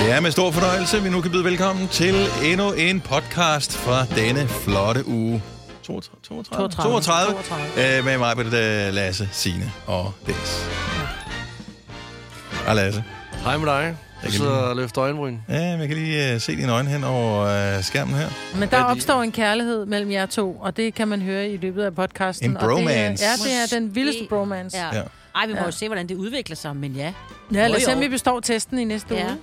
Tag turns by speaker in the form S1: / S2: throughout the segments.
S1: Det er med stor fornøjelse, vi nu kan byde velkommen til endnu en podcast fra denne flotte uge. 32? 32. 32. 32. Øh, med mig, Britt, Lasse, Signe og Dennis. Og Lasse.
S2: Hej med dig. Du
S1: kan
S2: sidder
S1: lide-
S2: og løfter øjenbryn.
S1: Ja, men jeg kan lige øh, se dine øjne hen over øh, skærmen her.
S3: Men der opstår en kærlighed mellem jer to, og det kan man høre i løbet af podcasten.
S1: En
S3: og det er-
S1: bromance.
S3: Ja, det er den vildeste bromance. Ja,
S4: Ja.
S1: Ja.
S4: ja. Ej, vi må
S3: Ja.
S4: jo se, hvordan det udvikler sig, men ja.
S3: lad os
S4: Jo,
S3: se,
S4: jo.
S3: om vi består testen i næste
S4: Ja.
S3: uge.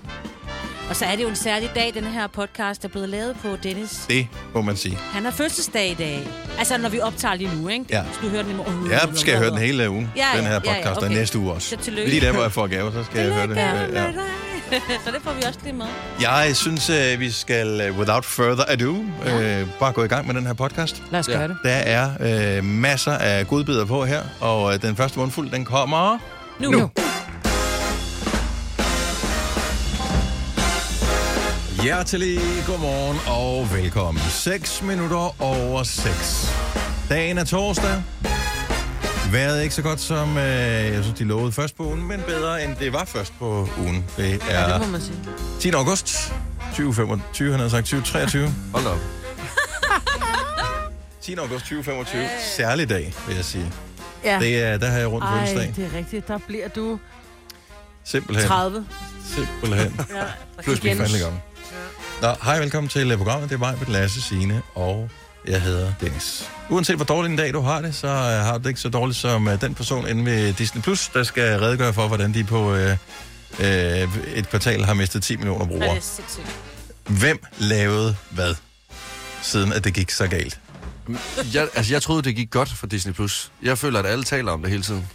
S4: Og så er det jo en særlig dag, den her podcast er blevet lavet på Dennis.
S1: Det må man sige.
S4: Han har fødselsdag i dag. Altså, når vi optager lige nu, ikke?
S1: Ja.
S4: Skal du høre den i morgen?
S1: Jeg skal høre den hele øh, ugen,
S4: Ja, ja,
S1: den
S4: ja,
S1: her
S4: ja,
S1: podcast, og
S4: okay.
S1: næste uge også.
S4: Så tillykke.
S1: Lige der, hvor jeg får gaver, så skal jeg høre det. Øh, ja.
S4: så det får vi også lige med.
S1: Jeg synes, øh, vi skal, øh, without further ado, øh, bare gå i gang med den her podcast.
S3: Lad os
S2: Ja.
S3: gøre det.
S1: Der er øh, masser af godbidder på her, og øh, den første mundfuld, den kommer...
S4: Nu.
S1: Nu.
S4: nu.
S1: Hjertelig godmorgen og velkommen. 6 minutter over 6. Dagen er torsdag. Vejret er ikke så godt, som øh, jeg synes, de lovede først på ugen, men bedre, end det var først på ugen. Det
S3: Ja. Det
S1: er
S3: må man sige.
S1: 10. august 2025, han havde sagt 2023.
S2: Hold da op.
S1: 10. august 2025, særlig dag, vil jeg sige.
S3: Ja.
S1: Det er, der har jeg rundt
S3: Ej,
S1: fødselsdag.
S3: det er rigtigt. Der bliver du
S1: Simpelthen.
S3: 30.
S1: Simpelthen.
S3: Ja.
S1: Pludselig
S3: Igen.
S1: fandme gammel. Nå, hej, velkommen til øh, programmet. Det er mig, med Lasse Signe, og jeg hedder Dennis. Uanset hvor dårlig en dag du har det, så øh, har du det ikke så dårligt som øh, den person inde ved Disney+, Plus, der skal redegøre for, hvordan de på øh, øh, et kvartal har mistet 10 millioner
S4: Ja, det
S1: brugere.
S4: er sindssygt.
S1: Hvem lavede hvad, siden at det gik så galt?
S2: Jeg, altså, jeg troede, det gik godt for Disney+. Plus. Jeg føler, at alle taler om det hele tiden.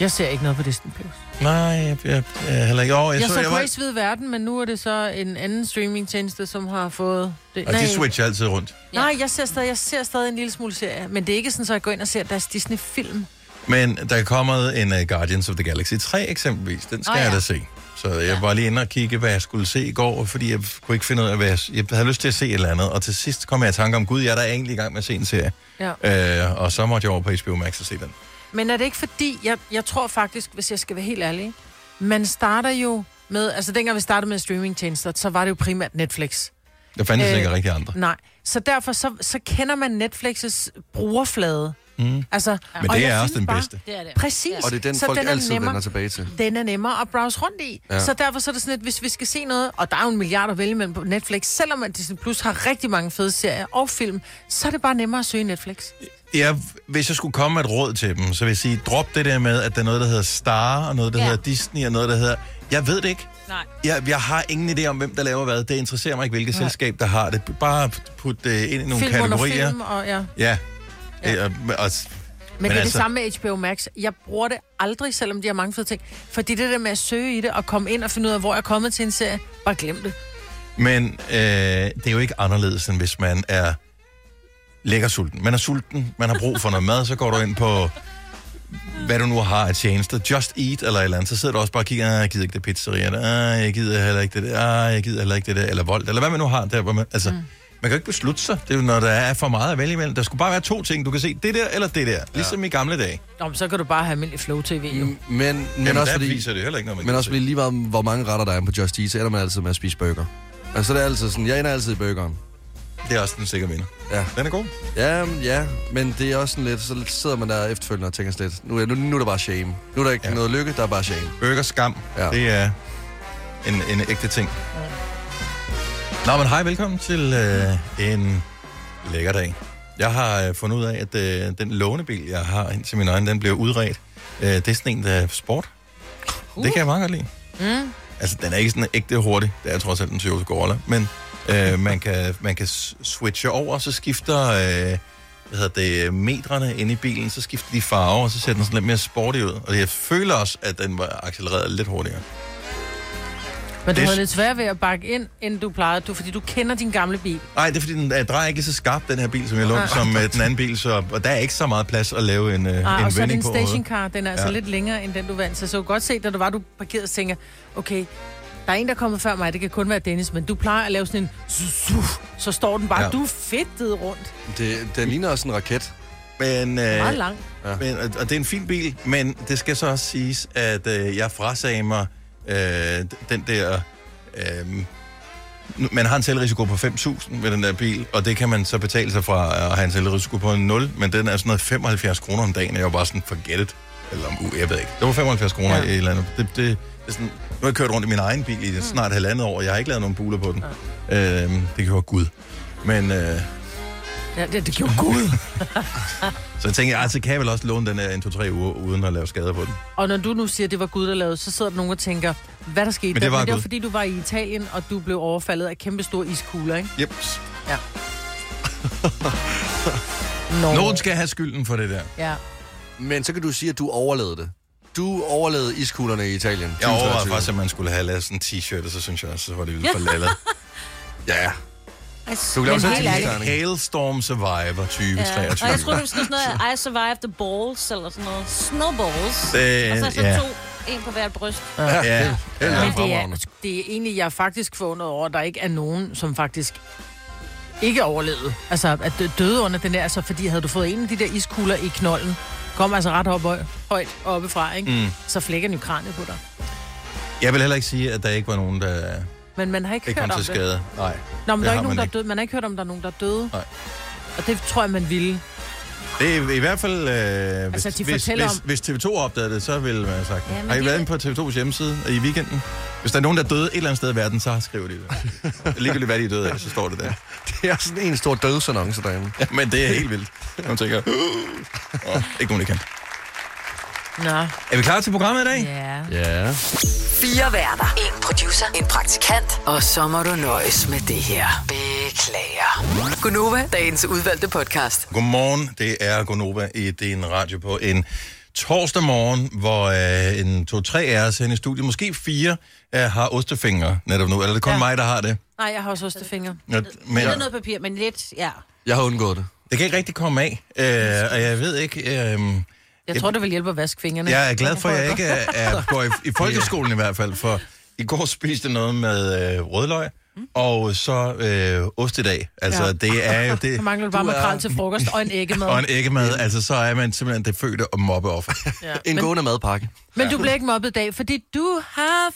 S3: Jeg ser ikke noget på Disney+. Plus.
S1: Nej, jeg, jeg, jeg heller ikke. Oh, jeg,
S3: Jeg så
S1: jeg
S3: Grace ved verden, men nu er det så en anden streamingtjeneste, som har fået... Det.
S1: Og de switcher altid rundt.
S3: nej, jeg ser, stadig, jeg ser stadig en lille smule serie, men det er ikke sådan, at jeg går ind og ser deres Disney-film.
S1: Men der er kommet en uh, Guardians of the Galaxy 3 eksempelvis. Den skal oh,
S3: Åh,
S1: ja.
S3: ja.
S1: jeg da se. Så jeg var lige inde og kigge, hvad jeg skulle se i går, fordi jeg kunne ikke finde ud af, hvad jeg... Jeg havde lyst til at se et eller andet, og til sidst kom jeg i tanke om, gud, jeg er da egentlig i gang med at se en serie.
S3: Ja.
S1: Øh, og så måtte jeg over på HBO Max og se den.
S3: Men er det ikke fordi, jeg, jeg tror faktisk, hvis jeg skal være helt ærlig, ikke? man starter jo med, altså dengang vi startede med streamingtjenester, så var det jo primært Netflix.
S1: Der fandtes øh,
S3: Øh,
S1: ikke rigtig andre.
S3: Nej, så derfor så, så kender man Netflixes brugerflade. Mm. Altså,
S1: Men
S3: og
S1: det
S3: jeg
S1: er
S3: synes
S1: også den
S3: bare-
S1: bedste.
S4: Det er det.
S3: Præcis.
S2: Og det er den,
S3: så
S2: folk
S3: den er
S2: altid
S3: nemmere,
S2: vender tilbage til.
S3: Den er nemmere at browse rundt i.
S2: Ja.
S3: Ja. Så derfor så er det sådan, at hvis vi skal se noget, og der er jo en milliard at vælge imellem på Netflix, selvom at Disney Plus har rigtig mange fede serier og film, så er det bare nemmere at søge i Netflix.
S1: Jeg, hvis jeg skulle komme med et råd til dem, så vil jeg sige, drop det der med, at der er noget, der hedder Star, og noget, der ja.
S4: Ja.
S1: hedder Disney, og noget, der hedder... Jeg ved det ikke.
S4: Nej.
S1: Jeg, jeg har ingen idé om, hvem der laver hvad. Det interesserer mig ikke, hvilket
S3: Nej.
S1: selskab, der har det. Bare put det ind i nogle
S3: film
S1: kategorier.
S3: under film, og ja.
S1: Ja.
S3: Ja.
S1: ja. Og, og,
S3: Men, Men det er
S1: altså-
S3: det samme med HBO Max. Jeg bruger det aldrig, selvom de har mange fede ting. Fordi det der med at søge i det og komme ind og finde ud af, hvor jeg er kommet til en serie, bare glem det.
S1: men øh, det er jo ikke anderledes, end hvis man er lækker sulten. Man er sulten, man har brug for noget mad, så går du ind på hvad du nu har af tjenester, Just Eat eller et eller andet, så sidder du også bare og kigger, ah, jeg gider ikke det pizzeria, der. ah, jeg gider heller ikke det der, ah, jeg gider heller ikke det der, eller Volt, eller hvad man nu har der, hvor man, altså, mm. man kan jo ikke beslutte sig, det er jo, når der er for meget at vælge imellem. Der skulle bare være to ting, du kan se, det der eller det der, ligesom i gamle dage.
S3: Nå, men så kan du bare have almindelig flow TV. Jo.
S2: Men, men,
S1: Jamen,
S2: også
S1: der
S2: fordi,
S1: viser det heller ikke noget, man
S2: men
S1: kan
S2: også
S1: se.
S2: fordi lige meget, hvor mange retter der er på Just Eat, så ender man altid med at spise burger. Altså, det er altid sådan, jeg ender altid i burgeren.
S1: Det er også den sikre vinder.
S2: Ja.
S1: Den er god.
S2: Ja, ja, men det er også sådan lidt, så sidder man der efterfølgende og tænker sådan lidt, nu, er- nu, nu er der bare shame. Nu er der ikke
S1: Ja.
S2: ja. noget lykke, der er bare shame.
S1: Burgerskam, ja.
S2: Ja.
S1: det er en, en ægte ting. Nå, men hej, velkommen til øh, en lækker dag. Jeg har øh, fundet ud af, at øh, den lånebil, jeg har ind til min egen, den bliver udredt. Øh, det er sådan en, der er sport. Uh. Det kan jeg meget godt lide. Mm. Altså, den er ikke sådan ægte hurtig. Det er trods alt en Toyota Corolla. Men øh, man, kan, man kan s- switche over, så skifter... Øh, hvad hedder det, metrene inde i bilen, så skifter de farve, og så ser den sådan lidt mere sporty ud. Og jeg føler også, at den var accelereret lidt hurtigere.
S3: Men du
S1: Det-
S3: havde lidt svært ved at bakke ind, end du plejede, du, fordi du kender din gamle bil.
S1: Nej, det er fordi, den øh, drejer ikke lige så skarpt, den her bil, som jeg lånte,
S3: Nej.
S1: som øh, den anden bil, så, og der er ikke så meget plads at lave en, øh,
S3: Ah, og
S1: en
S3: så er din
S1: vending på. overhovedet.
S3: stationcar, den er altså
S1: Ja.
S3: ja. lidt længere, end den du vant til. Så jeg kunne godt se, da du var, du parkerede og tænker, okay, der er en, der er kommet før mig, det kan kun være Dennis, men du plejer at lave sådan en zuf, så står den bare,
S1: Ja.
S3: ja. du er fedtet rundt.
S2: Det, den ligner også en raket.
S1: Men,
S3: Meget
S1: øh,
S3: lang.
S1: men, og- og det er en fin bil, men det skal så også siges, at øh, jeg frasagde mig øh, den der Øhm, nu- man har en selvrisiko på 5.000 ved den der bil, og det kan man så betale sig fra at have en selvrisiko på 0, men den er sådan noget 75 kroner om dagen, og jeg var bare sådan, forget it. Eller om, uh, jeg ved ikke. Det var 75 kroner
S3: Ja.
S1: ja. et eller andet. Det, det, det er sådan, nu har jeg kørt rundt i min egen bil i snart halvandet år, og jeg har ikke lavet nogen buler på den. Øhm, det gjorde Gud. Men, øh,
S3: Ja, det, det gjorde Gud.
S1: så jeg tænkte, altså kan jeg vel også låne den her en, to, tre uger, uden at lave skader på den.
S3: Og når du nu siger, at det var Gud, der lavede, så sidder der nogen og tænker, hvad der skete.
S1: Men det
S3: der?
S1: var
S3: Men det var
S1: Gud.
S3: fordi, du var i Italien, og du blev overfaldet af kæmpe store iskugler, ikke?
S1: Yep.
S3: Ja. Nå.
S1: Nogen skal have skylden for det der.
S3: Ja.
S2: Men så kan du sige, at du overlevede det. Du overlevede iskuglerne i Italien.
S1: Jeg
S2: 2023.
S1: overvejede faktisk, at man skulle have lavet sådan en t-shirt, og så synes jeg også, så var det lidt for lallet.
S2: Ja,
S4: Altså,
S2: du kan lave sådan
S4: men helt
S2: en
S4: ærligt.
S2: t-shirt. Terning.
S1: Hailstorm Survivor
S4: Ja. Og
S1: 2023.
S4: jeg tror, du skulle sådan noget, I survived the balls, eller sådan noget. Snowballs.
S1: Det-
S4: og så,
S3: Øh,
S4: så
S1: ja.
S4: to, en på hvert bryst.
S1: ja, ja.
S2: det er
S3: Men det er,
S2: fremragende.
S3: det er egentlig, jeg er faktisk forundret over, at der ikke er nogen, som faktisk ikke overlevede. Altså, at dø- døde under den der, altså, fordi havde du fået en af de der iskugler i knolden, kom altså ret op, højt oppefra, ikke? Mm. så flækker den jo kraniet på dig.
S1: Jeg vil heller ikke sige, at der ikke var nogen, der
S3: Men man har ikke,
S1: ikke
S3: hørt
S1: kom
S3: om
S1: til
S3: det.
S1: skade. Nej.
S3: Nå, men
S1: Det
S3: der er ikke
S1: har
S3: nogen,
S1: man
S3: der er
S1: ikke.
S3: døde. Man har ikke hørt om, der er nogen, der er døde.
S1: Nej.
S3: Og det tror jeg, man ville.
S1: Det er i hvert fald... Øh, hvis,
S3: Altså, de
S1: hvis,
S3: fortæller
S1: hvis,
S3: om-
S1: hvis TV2 opdagede det, så ville man have sagt det.
S4: Ja, men
S1: Har I
S4: det-
S1: været inde på TV2's hjemmeside i weekenden? Hvis der er nogen, der er døde et eller andet sted i verden, så skriver de det. Ligegyldigt hvad de er døde af, så står det der.
S2: det er sådan en stor dødsannonce derinde.
S1: Ja, men det er helt vildt. Man tænker... Oh, ikke nogen, der kan.
S3: Nå.
S1: Er vi klar til programmet i dag?
S4: Ja.
S2: Ja.
S5: Fire værter. En producer. En praktikant. Og så må du nøjes med det her. Beklager. Gunova, dagens udvalgte podcast.
S1: Godmorgen, det er Gonova i din radio på en torsdag morgen, hvor øh, en to-tre af os herinde i studiet, måske fire, øh, har ostefingre netop nu. Eller det er kun ja.
S3: Ja.
S1: mig, der har det.
S3: Nej, jeg har også ostefingre.
S1: Nå, Men
S4: Lidt noget papir, men lidt, ja.
S2: Jeg har undgået det.
S1: det kan ikke rigtig komme af, øh, og jeg ved ikke... Øh,
S3: Jeg tror, det vil hjælpe at vaske fingrene.
S1: jeg er glad for, at jeg ikke er, er, går i, i folkeskolen i hvert fald, for i går spiste jeg noget med øh, rødløg, og så øh, ost i dag. Altså,
S3: Ja.
S1: ja. det er jo det...
S3: Så mangler du bare
S2: Du er-
S3: makrel til frokost og en æggemad.
S1: Og en æggemad, altså så er man simpelthen det fødte og mobbeoffer.
S3: Ja.
S2: En gående madpakke.
S3: Men du bliver ikke mobbet i dag, fordi du har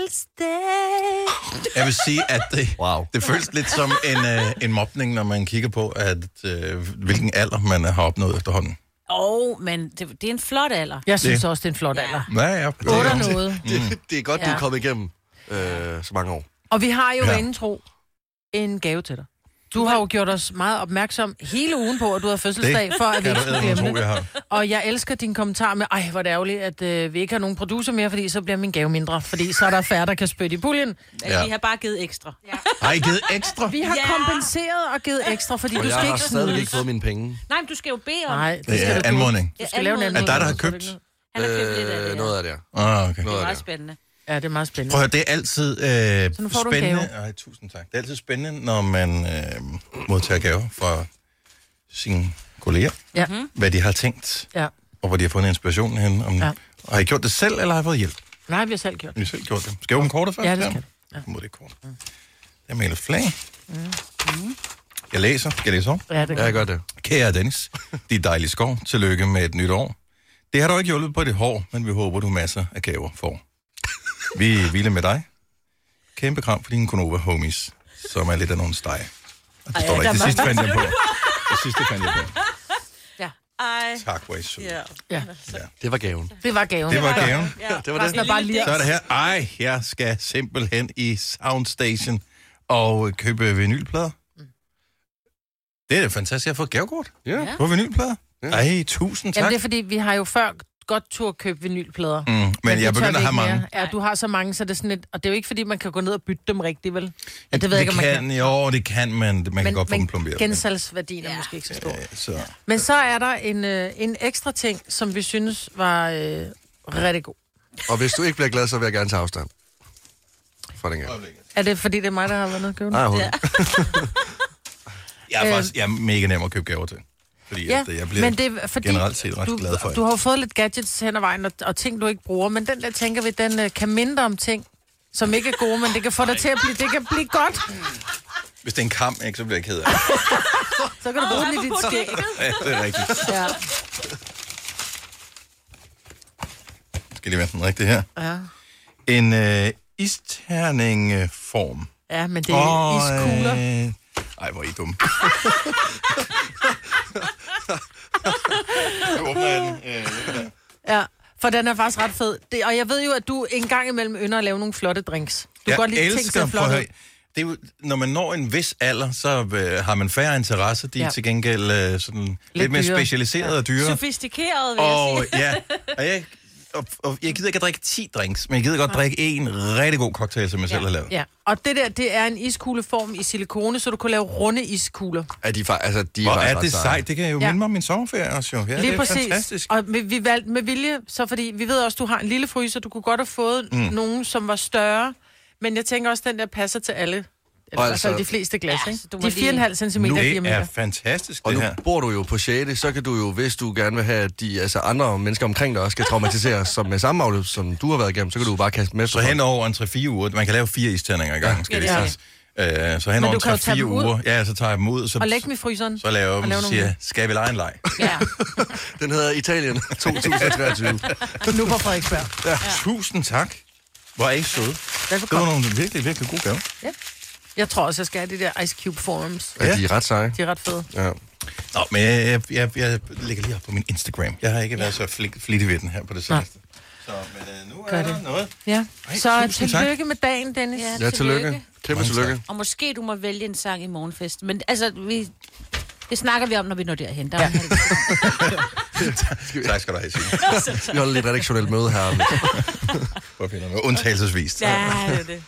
S3: fødselsdag.
S1: Jeg vil sige, at det,
S2: Wow.
S1: det føles lidt som en, øh, en mobning, når man kigger på, at, øh, hvilken alder man har opnået efterhånden.
S4: Åh, oh, men det, det, er en flot alder.
S3: Jeg synes også, det er en flot
S4: Ja.
S3: alder.
S1: Ja, ja.
S3: Otte og noget.
S2: Det, det er godt, du
S3: Ja.
S2: er kommet igennem øh, så mange år.
S3: Og vi har jo
S1: Ja.
S3: ja. inden tro en gave til dig. Du har jo gjort os meget opmærksom hele ugen på, at du har fødselsdag, for at vi
S1: Kan
S3: ikke
S1: du
S3: skulle
S1: æde
S3: glemme
S1: tro,
S3: det.
S1: jeg har?
S3: Og jeg elsker din kommentar med, ej, hvor er det ærgerligt, at øh, vi ikke har nogen producer mere, fordi så bliver min gave mindre, fordi så er der færre, der kan spytte i puljen.
S1: Ja.
S4: Ja. Altså, Vi har bare givet ekstra. Ja.
S1: Har I givet ekstra?
S3: Vi har
S4: Ja.
S3: kompenseret og givet ekstra, fordi
S2: Og
S3: du
S2: jeg
S3: skal
S2: har
S3: ikke
S2: stadigvæk
S3: snydes.
S2: ikke fået mine penge.
S4: Nej, men du skal jo bede om...
S3: Nej, det
S1: Det
S3: skal
S1: er
S3: du ikke.
S1: anmodning.
S4: Ja,
S3: Du skal lave en
S4: anmodning.
S3: anmodning.
S1: Er der, der har
S3: så er det
S1: købt?
S3: ikke noget.
S4: Han har købt lidt af det.
S2: Øh,
S4: her.
S2: noget af det her.
S1: Ah, okay.
S4: Det er
S2: Noget af
S4: meget
S2: det.
S4: spændende.
S3: Ja, det er meget spændende.
S1: Prøv at høre, det er altid øh,
S3: Så nu får du en
S1: spændende.
S3: gave.
S1: Ej, tusind tak. Det er altid spændende, når man øh, modtager gaver fra sine kolleger,
S3: Ja,
S1: hvad de har tænkt,
S3: ja.
S1: og hvor de har fundet inspirationen hen. Om,
S3: Ja.
S1: ja. Har I gjort det selv, eller har I fået hjælp?
S3: Nej, vi har selv gjort.
S1: Har I selv gjort det? Skal jeg åbne kortet først?
S3: Ja, Mm. det skal du.
S1: Ja. Mod det kort. Jeg maler flag. Jeg læser. Skal jeg læse over?
S3: Ja, det
S2: Ja,
S3: gør.
S2: jeg gør det.
S1: Kære Dennis, dit dejlige skov, tillykke med et nyt år. Det har dog ikke hjulpet på dit hår, men vi håber, du masser af gaver får. Vi er vilde med dig. Kæmpe kram for dine Konova homies, som er lidt af nogle steg. Og Det, står der ikke. det sidste fandt jeg på. Det sidste fandt jeg på.
S4: Ej,
S1: Tak, hvor er I søde.
S4: ja.
S3: Ja.
S2: Det var gaven.
S3: Det var gaven.
S1: Det var gaven.
S4: ja.
S2: Det var det.
S3: Resten er bare lige...
S1: Så er det her. Ej, jeg skal simpelthen i Soundstation og købe vinylplader. Mm. Det er da fantastisk. Jeg har fået gavekort
S2: Ja.
S1: på vinylplader. Ej, tusind tak.
S3: Jamen, det er fordi, vi har jo før godt tur købe vinylplader.
S1: Mm, men, men jeg
S3: det tør
S1: begynder
S3: vi
S1: at have
S3: ikke
S1: mange.
S3: Mere. Ja, du har så mange, så det er sådan lidt... Og det er jo ikke, fordi man kan gå ned og bytte dem rigtigt, vel? Ja, det ved
S1: det
S3: jeg ikke, om man
S1: kan,
S3: kan.
S1: Jo, det kan man. Man men, kan godt få dem plomberet.
S3: gensalgsværdien er
S4: Ja.
S3: måske ikke så stor.
S1: Ja, så.
S3: Men så er der en, øh, en ekstra ting, som vi synes var øh, rigtig god.
S2: Og hvis du ikke bliver glad, så vil jeg gerne tage afstand. For den gang.
S3: Er det, fordi det er mig, der har været nede og købe den?
S2: Nej, overhovedet
S4: Ja.
S2: ikke.
S1: Jeg er, faktisk, jeg er mega nem at købe gaver til. Fordi ja, at, øh, jeg bliver
S3: Øh. men det er fordi,
S1: generelt set ret
S3: du,
S1: glad for det.
S3: Du har jo fået lidt gadgets hen ad vejen, og, og ting, du ikke bruger, men den der, tænker vi, den øh, kan mindre om ting, som ikke er gode, men det kan få dig til at blive, det kan blive godt.
S1: Hvis det er en kamp, ikke, så bliver jeg ked af det.
S3: Så kan du bruge den i dit skæg.
S1: Ja, det er rigtigt.
S3: Ja.
S1: Skal det være sådan rigtigt her?
S3: ja.
S1: En øh, isterningeform.
S3: Ja, men det er oh, iskugler.
S1: Øh... Ej, hvor er I dumme. Nu åbner jeg den. Øh, den.
S3: Ja, for den er faktisk ret fed. Det, og jeg ved jo, at du en gang imellem ynder at lave nogle flotte drinks. Du kan
S1: jeg
S3: godt lide ting,
S1: elsker,
S3: ser
S1: prøv at
S3: flotte.
S1: høre, det er jo, når man når en vis alder, så øh, har man færre interesser. De er
S3: Ja.
S1: ja. til gengæld øh, sådan lidt, lidt
S3: Lidt
S1: mere
S3: dyrere.
S1: specialiserede og dyre.
S4: Sofistikeret, vil jeg
S1: Og
S4: sige.
S1: ja, og jeg, og, og jeg gider ikke at drikke 10 drinks, men jeg gider godt drikke en rigtig god cocktail, som jeg ja. selv har lavet.
S3: Ja, og det der, det er en iskugleform i silikone, så du kan lave runde iskugler.
S2: Er de, fa- altså, de
S1: Hvor
S2: faktisk
S1: er
S2: ret
S1: det
S2: seje.
S1: sejt. Det kan jo
S3: Ja.
S1: ja. minde mig om min sommerferie også, jo. Ja,
S3: Lige
S1: det er
S3: præcis.
S1: fantastisk.
S3: Og med, vi valgte med vilje, så fordi vi ved også, du har en lille fryser, du kunne godt have fået mm. nogen, som var større, men jeg tænker også, den der passer til alle. Eller,
S2: Og
S3: altså,
S2: altså-
S3: de fleste glas,
S4: Ja,
S3: ja,
S4: så
S3: ikke?
S4: du må
S3: De
S4: lige-
S3: er 4,5 cm
S1: Nu det er
S3: diameter.
S1: fantastisk,
S2: Og
S1: det
S2: nu
S1: her.
S2: bor du jo på 6., så kan du jo, hvis du gerne vil have, at de altså andre mennesker omkring dig også skal traumatiseres som med samme afløb, som du har været igennem, så kan du jo bare kaste med.
S1: Så hen over en 3-4 uger, man kan lave fire isterninger i gangen, skal
S4: Ja,
S1: det
S4: det er
S1: siges. Øh, så hen
S3: Men
S1: over
S3: du
S1: en
S3: kan jo tage
S1: 3-4
S3: dem ud.
S1: uger, ja, så tager jeg dem ud, og så,
S3: Og læg dem i fryseren.
S1: så laver jeg dem,
S3: og
S1: og
S3: nogle
S1: siger, skal vi lege en leg?
S4: Ja.
S2: Den hedder Italien 2023.
S3: mere. Nu på Frederiksberg.
S1: Ja. Tusind tak. Hvor er I søde. Det var
S3: Velbekomme.
S1: nogle virkelig, virkelig gode gaver.
S3: Ja. Jeg tror også, jeg skal have de der Ice Cube Forums.
S2: ja, de er ret seje.
S3: De er ret fede.
S2: Ja.
S1: Nå, men jeg, jeg, jeg, jeg lægger lige op på min Instagram. Jeg har ikke været så flink, flittig ved den her på det
S3: Nej.
S1: seneste. Så, men øh, nu er
S3: Gør
S1: der
S3: det.
S1: noget.
S3: Ja.
S1: Ej,
S3: Så
S1: tusind tak.
S3: tillykke med dagen, Dennis.
S4: Ja.
S2: Ja, tillykke.
S4: Tillykke.
S2: Kæmpe
S1: Mange
S2: tillykke.
S4: Og måske du må vælge en sang i morgenfest. Men altså, vi, det snakker vi om, når vi når derhen. Der ja.
S1: Tak skal du have, Signe.
S2: Vi holder lidt redaktionelt møde her.
S1: For at finde noget Undtagelsesvis.
S4: ja, det er det.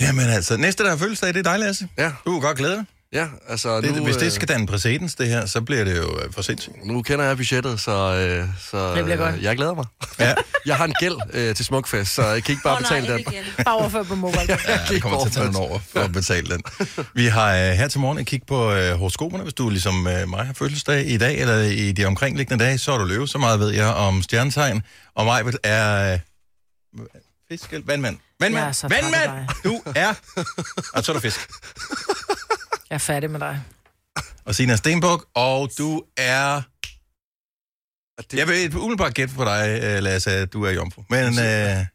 S1: Jamen altså, næste, der har fødselsdag, det er dig, Lasse.
S2: Ja.
S1: Du kan godt glæde dig.
S2: Ja, altså
S1: Det,
S2: nu,
S1: hvis det
S2: øh,
S1: skal danne præcedens, det her, så bliver det jo øh, for sindssygt.
S2: nu kender jeg budgettet, så, øh, så
S3: Det bliver
S2: øh,
S3: godt.
S2: jeg glæder mig.
S1: Ja.
S2: Jeg har en gæld øh, til Smukfest, så jeg kan ikke bare
S4: Åh, nej,
S2: betale den.
S4: ikke igen.
S3: Bare overfør på mobile.
S1: Ja, det kommer til at tage nogle over for at betale den. Vi har øh, her til morgen et kig på øh, horoskoperne. Hvis du ligesom øh, mig har fødselsdag i dag, eller i de omkringliggende dage, så er du løve. Så meget ved jeg om stjernetegn. Og mig er... Øh, fisk eller vandmand? Vandmand!
S3: Jeg er så træt af
S1: vandmand!
S3: dig.
S1: Du er... Og så er du fisk.
S3: Jeg er færdig med dig.
S1: Og Sina Stenbuk, og du er...
S2: Og
S1: Jeg
S2: Det,
S1: vil umiddelbart gætte på dig, øh, Lasse, at du er jomfru. Men øh,
S2: jeg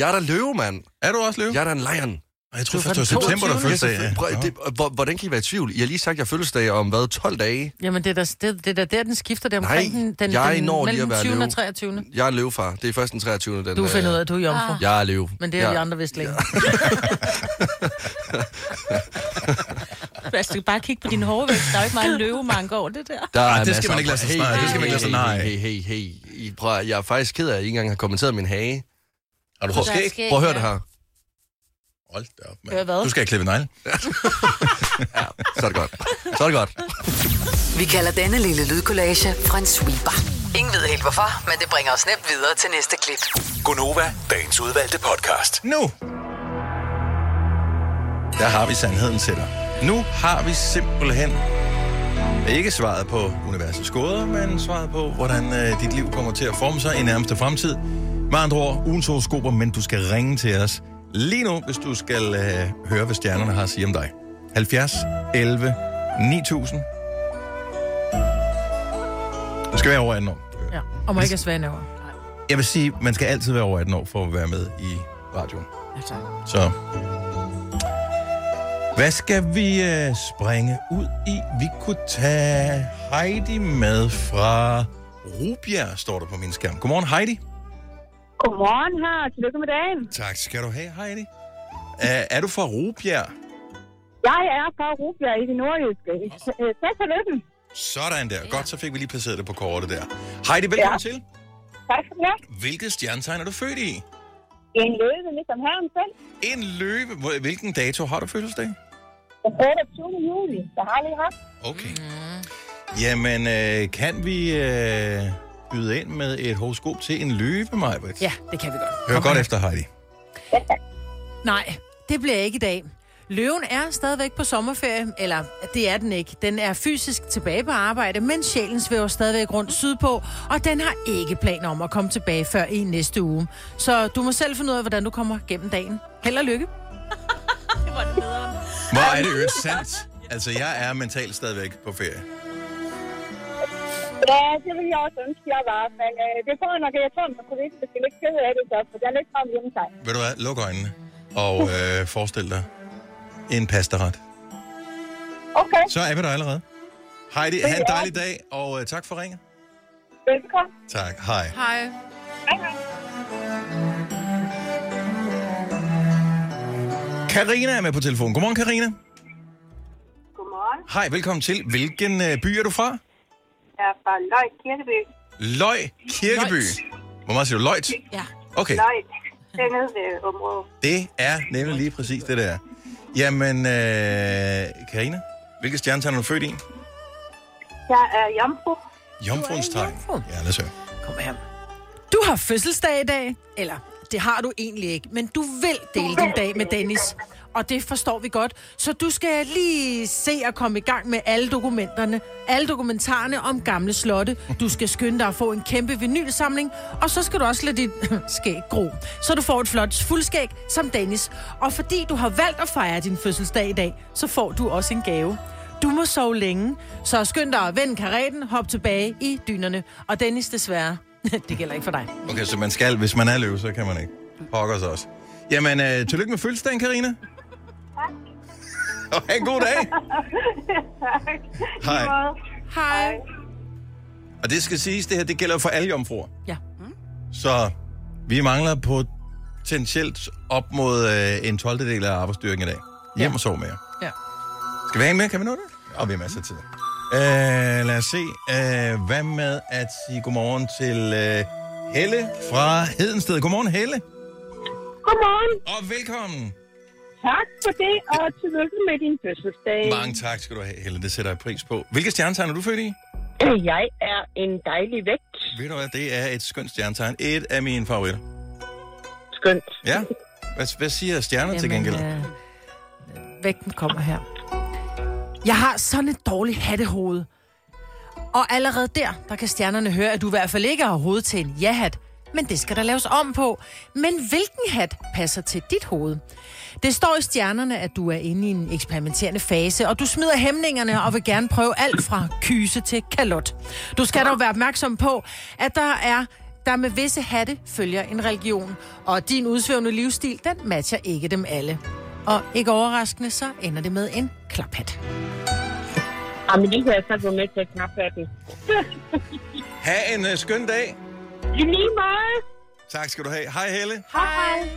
S2: er da løve, mand.
S1: er du også løve?
S2: Jeg er da en lion.
S1: Og Jeg tror
S3: Du er
S1: først, det var
S3: fra den
S1: september, der
S3: 22..
S1: fødselsdag.
S2: Prøv,
S1: Ja.
S2: det, hvor, hvordan kan I være i tvivl? I har lige sagt, at jeg har fødselsdag om hvad, 12 dage?
S3: Jamen, det er da det, det er da der, den skifter. Det er
S2: Nej,
S3: omkring den, den,
S2: jeg
S3: den
S2: når lige
S3: mellem
S2: at være
S3: 20. og
S2: løve.
S3: 23.
S2: Jeg er løvefar. Det er først den 23. Den,
S3: Du finder ud af,
S2: øh,
S3: at du er jomfru.
S4: Ah.
S3: Ah.
S2: Jeg er løve.
S3: Men det har
S2: jeg,
S3: vi andre vist længe.
S4: Altså, du kan bare kigge på din hårvægt. Der er jo ikke meget løvemanke over det der.
S2: Der
S1: Ej,
S2: er
S1: Ah, det skal
S2: masser
S1: man ikke lade sig
S2: af-
S1: snakke- det skal man ikke lade sig snakke.
S2: Hey, hey, hey, hey. I, prøv, at- jeg er faktisk ked af, at I ikke engang har kommenteret min hage.
S1: Har du
S2: Prøv,
S1: fået skæg?
S4: skæg,
S2: prøv at høre
S4: ja.
S2: det her.
S1: Hold da op,
S3: Hør hvad?
S1: mand. Du skal have klippet negle.
S2: Så er det godt. Så er det godt.
S5: Vi kalder denne lille lydkollage en sweeper. Ingen ved helt hvorfor, men det bringer os nemt videre til næste klip.
S6: Gunova, dagens udvalgte podcast.
S1: Nu! Der har vi sandheden til dig. Nu har vi simpelthen ikke svaret på universets gåder, men svaret på, hvordan øh, dit liv kommer til at forme sig i nærmeste fremtid. Med andre ord, ugens horoskoper, men du skal ringe til os lige nu, hvis du skal øh, høre, hvad stjernerne har at sige om dig. 70 11 9000. Du skal være over 18 år.
S3: Ja. Og må ikke have svage næver.
S1: Jeg vil sige, man skal altid være over 18 år for at være med i radioen. Så. Hvad skal vi øh, springe ud i? Vi kunne tage Heidi med fra Rubjerg, står der på min skærm. Godmorgen, Heidi.
S7: Godmorgen her, og tillykke med dagen.
S1: Tak skal du have, Heidi. Er, er du fra Rubjerg?
S7: Jeg er fra Rubjerg i det nordjyske. Øh, Tag til lykken.
S1: Sådan der. Godt, så fik vi lige placeret det på kortet der. Heidi, velkommen ja. til.
S7: Tak skal du have.
S1: Hvilket stjernetegn er du født i?
S7: En løbe, ligesom herren selv.
S1: En løve. Hvor- Hvilken dato har du fødselsdag?
S7: Den 28. juli, der har jeg lige haft.
S1: Okay. Mm. Jamen, øh, kan vi øh, byde ind med et horoskop til en løve, Majbrit?
S3: Ja, det kan vi godt.
S1: Hør godt efter, Heidi.
S3: Nej, det bliver ikke i dag. Løven er stadigvæk på sommerferie, eller det er den ikke. Den er fysisk tilbage på arbejde, men sjælen svæver stadigvæk rundt sydpå, og den har ikke planer om at komme tilbage før i næste uge. Så du må selv finde ud af, hvordan du kommer gennem dagen. Held og lykke.
S1: Hvor er det øvrigt sandt? Altså, jeg er mentalt stadigvæk på ferie.
S7: Ja, det vil jeg også ønske, jeg var. Men øh, det tror jeg nok, at jeg tror, man kunne vise, hvis det er lidt ked af det, så for jeg er lidt frem hjemme sig.
S1: Ved du hvad? Luk øjnene. og øh, forestil dig en pastaret.
S7: Okay,
S1: Så er vi der allerede. Heidi, have en dejlig dag, og øh, tak for ringen.
S7: velkommen.
S1: Tak, hej.
S8: Hej.
S1: Karina er med på telefonen. Godmorgen, Karina.
S7: Godmorgen.
S1: Hej, velkommen til. Hvilken øh, by er du fra?
S7: Jeg er fra Løg Kirkeby.
S1: Løg Kirkeby. Hvor meget siger du? Løjt?
S4: Ja.
S1: Okay,
S7: Løg. Det er nede ved området.
S1: det er nemlig lige præcis det, der. Jamen, øh, Karina, hvilket stjernetegn er du født i?
S7: Jeg er jomfru.
S1: Jomfruens tegn.
S3: jomfru.
S1: Ja, lad os høre.
S3: Kom her. Du har fødselsdag i dag, eller det har du egentlig ikke, men du vil dele din dag med Dennis. Og det forstår vi godt. Så du skal lige se at komme i gang med alle dokumenterne, alle dokumentarerne om gamle slotte. Du skal skynde dig at få en kæmpe vinylsamling, og så skal du også lade dit skæg gro. Så du får et flot fuldskæg som Dennis. Og fordi du har valgt at fejre din fødselsdag i dag, så får du også en gave. Du må sove længe, så skynd dig at vende karetten, hop tilbage i dynerne. Og Dennis, desværre, det gælder ikke for dig.
S1: Okay, så man skal, hvis man er løve, så kan man ikke. Pokkers også. Jamen, øh, tillykke med fødselsdagen, Karina. Tak. Og have en god dag. Hej.
S3: Hej.
S1: Og det skal siges, det her, det gælder jo for alle jomfruer.
S3: Ja.
S1: Så vi mangler potentielt op mod øh, en 12. del af arbejdsstyrken i dag. Hjem og sov mere.
S3: Ja.
S1: Skal vi have en mere? Kan vi nå det? Og vi har masser af tid. Øh, lad os se. Øh, hvad med at sige godmorgen til øh, Helle fra Hedensted. Godmorgen, Helle.
S7: Godmorgen.
S1: Og velkommen.
S7: Tak for det, og tillykke med din fødselsdag.
S1: Mange tak skal du have, Helle. Det sætter jeg pris på. Hvilke stjernetegn er du født i?
S7: Øh, Jeg er en dejlig vægt.
S1: Ved du hvad, det er et skønt stjernetegn. Et af mine favoritter.
S7: Skønt.
S1: Ja. Hvad, hvad siger stjerner Jamen, til
S3: Jamen,
S1: gengæld?
S3: øh, vægten kommer her. Jeg har sådan et dårligt hattehoved. Og allerede der, der kan stjernerne høre, at du i hvert fald ikke har hovedet til en ja-hat. Men det skal der laves om på. Men hvilken hat passer til dit hoved? Det står i stjernerne, at du er inde i en eksperimenterende fase, og du smider hæmningerne og vil gerne prøve alt fra kyse til kalot. Du skal dog være opmærksom på, at der er der med visse hatte følger en religion, og din udsvævende livsstil, den matcher ikke dem alle. Og ikke overraskende, så ender det med en klaphat.
S7: Jamen, det kan jeg så gå med til at knappe af den.
S1: Ha' en uh, skøn dag.
S7: I lige meget.
S1: Tak skal du have. Hej Helle.
S7: Hej.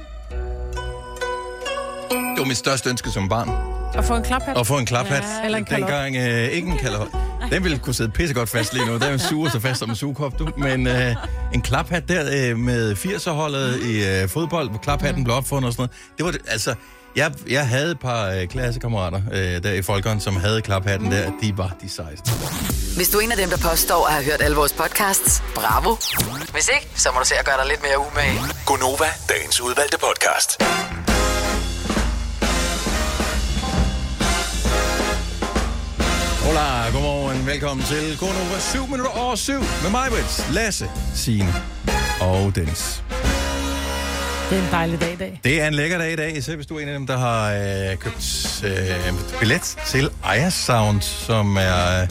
S1: Det var mit største ønske som barn.
S3: Og få en klaphat.
S1: At få en klaphat.
S3: Ja, eller en kalot.
S1: Dengang øh, ikke en kalot. Den ville kunne sidde pissegodt fast lige nu. Den suger sig fast som en sugekop, du. Men øh, en klaphat der øh, med 80'er-holdet i øh, fodbold, hvor klaphatten blev opfundet og sådan noget. Det var det, altså... Jeg, jeg havde et par øh, klassekammerater øh, der i Folkeren, som havde klaphatten der. De var de sejeste.
S5: Hvis du er en af dem, der påstår at have hørt alle vores podcasts, bravo. Hvis ikke, så må du se at gøre dig lidt mere umage.
S6: Gonova, dagens udvalgte podcast.
S1: Hola, godmorgen. Velkommen til Konoba 7 minutter over 7 med mig, Brits, Lasse, Signe og Dennis.
S3: Det er en dejlig dag i dag.
S1: Det er en lækker dag i dag, især hvis du er en af dem, der har øh, købt øh, billet til Aya Sound, som er øh,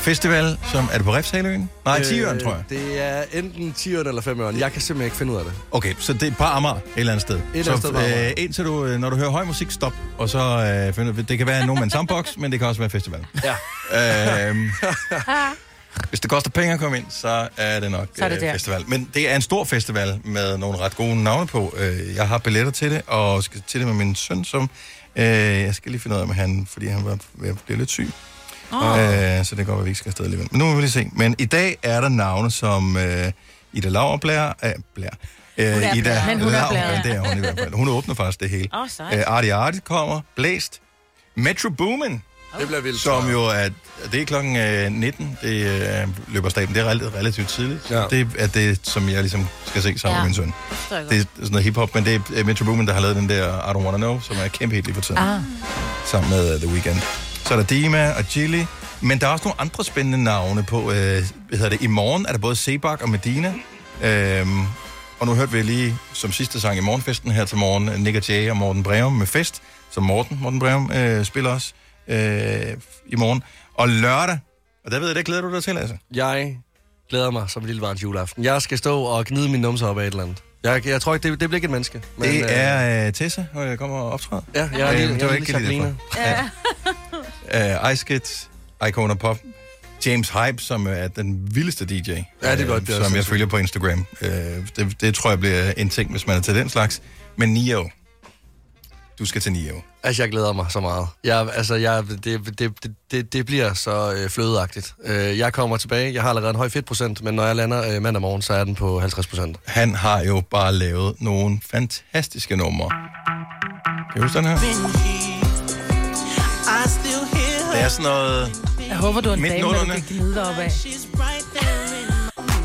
S1: festival, som er det på Refshaløen? Nej, Tivøren, tror jeg.
S2: Øh, Det er enten 10'eren eller 5'eren. Jeg kan simpelthen ikke finde ud af det.
S1: Okay, så det er på Amager et eller andet sted. Et
S2: eller
S1: så,
S2: andet sted på Amager.
S1: øh, indtil du, øh, når du hører høj musik, stop. Og så, øh, finder, du- det kan være nogen med en soundbox, men det kan også være festival.
S2: Ja.
S1: Øhm, hvis det koster penge at komme ind, så er det nok
S3: Så er det
S1: øh,
S3: der.
S1: festival. Men det er en stor festival med nogle ret gode navne på. Øh, Jeg har billetter til det, og skal til det med min søn, som... øh, Jeg skal lige finde ud af, om han... Fordi han var ved at blive lidt syg. Oh. Øh, så det går, at vi ikke skal afsted alligevel. Men nu må vi lige se. Men i dag er der navne som øh, Ida Lauerblære... Øh, Blær. Øh,
S4: er
S1: Ida
S4: Blær.
S3: Men hun er
S1: Lauer-
S3: Blær.
S1: Ja, Det er hun i hvert fald. Hun åbner faktisk det hele.
S4: Åh, sejt.
S1: Øh, Artie Artie kommer. Blæst. Metro Boomin
S2: Det bliver vildt.
S1: som jo er, det er klokken øh, 19, det øh, løber staben. Det er rel- relativt tidligt. Ja.
S2: Ja.
S1: Det er det, som jeg ligesom skal se sammen ja.
S4: Ja.
S1: med min søn.
S4: Forstår jeg godt.
S1: Det er sådan noget hiphop, men det er øh, Metro Boomin, der har lavet den der I Don't Wanna Know, som er et kæmpe hit lige for tiden. Ah. Sammen med uh, The Weeknd. Så er der Dima og Chili. Men der er også nogle andre spændende navne på. Øh, hvad hedder det? I morgen er der både Sebak og Medina. Øhm, og nu hørte vi lige som sidste sang i morgenfesten her til morgen, øh, Nick og Jay og Morten Breum med fest, som Morten, Morten Breum øh, spiller også øh, i morgen. Og lørdag, og der ved jeg, der glæder du dig til, altså.
S2: Jeg glæder mig som lille barns juleaften. Jeg skal stå og gnide min numse op af et eller andet. Jeg, jeg tror ikke, det, det bliver ikke et menneske.
S1: Men, det er øh, Tessa, og jeg kommer og optræder.
S2: Ja, jeg er lige- jeg
S1: Øh, det var
S2: er
S1: ikke
S2: lige
S1: lige derfor. Ja. uh, Ice Kids, Icona Pop, James Hype, som øh, er den vildeste DJ,
S2: Ja, det er godt, det er
S1: som jeg
S2: sindssygt.
S1: følger på Instagram. Uh, det, det tror jeg bliver en ting, hvis man er til den slags. Men Nio, du skal til Nio.
S2: Altså, jeg glæder mig så meget. Jeg, altså, jeg, det, det, det, det, det bliver så øh, flødeagtigt. Øh, jeg kommer tilbage. Jeg har allerede en høj fedtprocent, men når jeg lander øh, mandag morgen, så er den på 50 procent.
S1: Han har jo bare lavet nogle fantastiske numre. Kan du huske den her? Det er sådan noget...
S3: Jeg håber, du er en
S1: Midt
S3: dame, når du
S1: nullerne.
S3: kan gnide dig op af.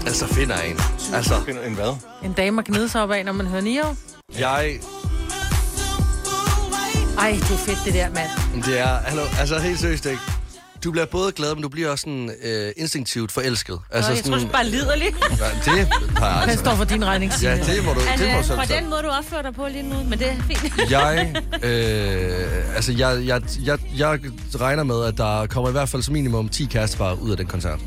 S2: Altså, finder en. Altså,
S1: En hvad?
S3: En dame at gnide sig op af, når man hører Nio.
S2: jeg...
S3: Ej, det er fedt, det der, mand.
S2: Det er... Hallo, altså, helt seriøst, ikke? Du bliver både glad, men du bliver også sådan øh, instinktivt forelsket. Altså,
S4: jeg tror,
S2: sådan,
S4: du bare lider lidt.
S2: Nej, det har jeg
S3: Den
S2: aldrig
S3: står for din regning, Signe.
S2: Ja, det må du, det må du
S4: Altså,
S2: selv
S4: fra
S2: tage.
S4: den måde, du opfører dig på lige nu, men det er fint.
S2: Jeg, øh, altså jeg, jeg, jeg, jeg regner med, at der kommer i hvert fald som minimum 10 kærestepar ud af den koncert.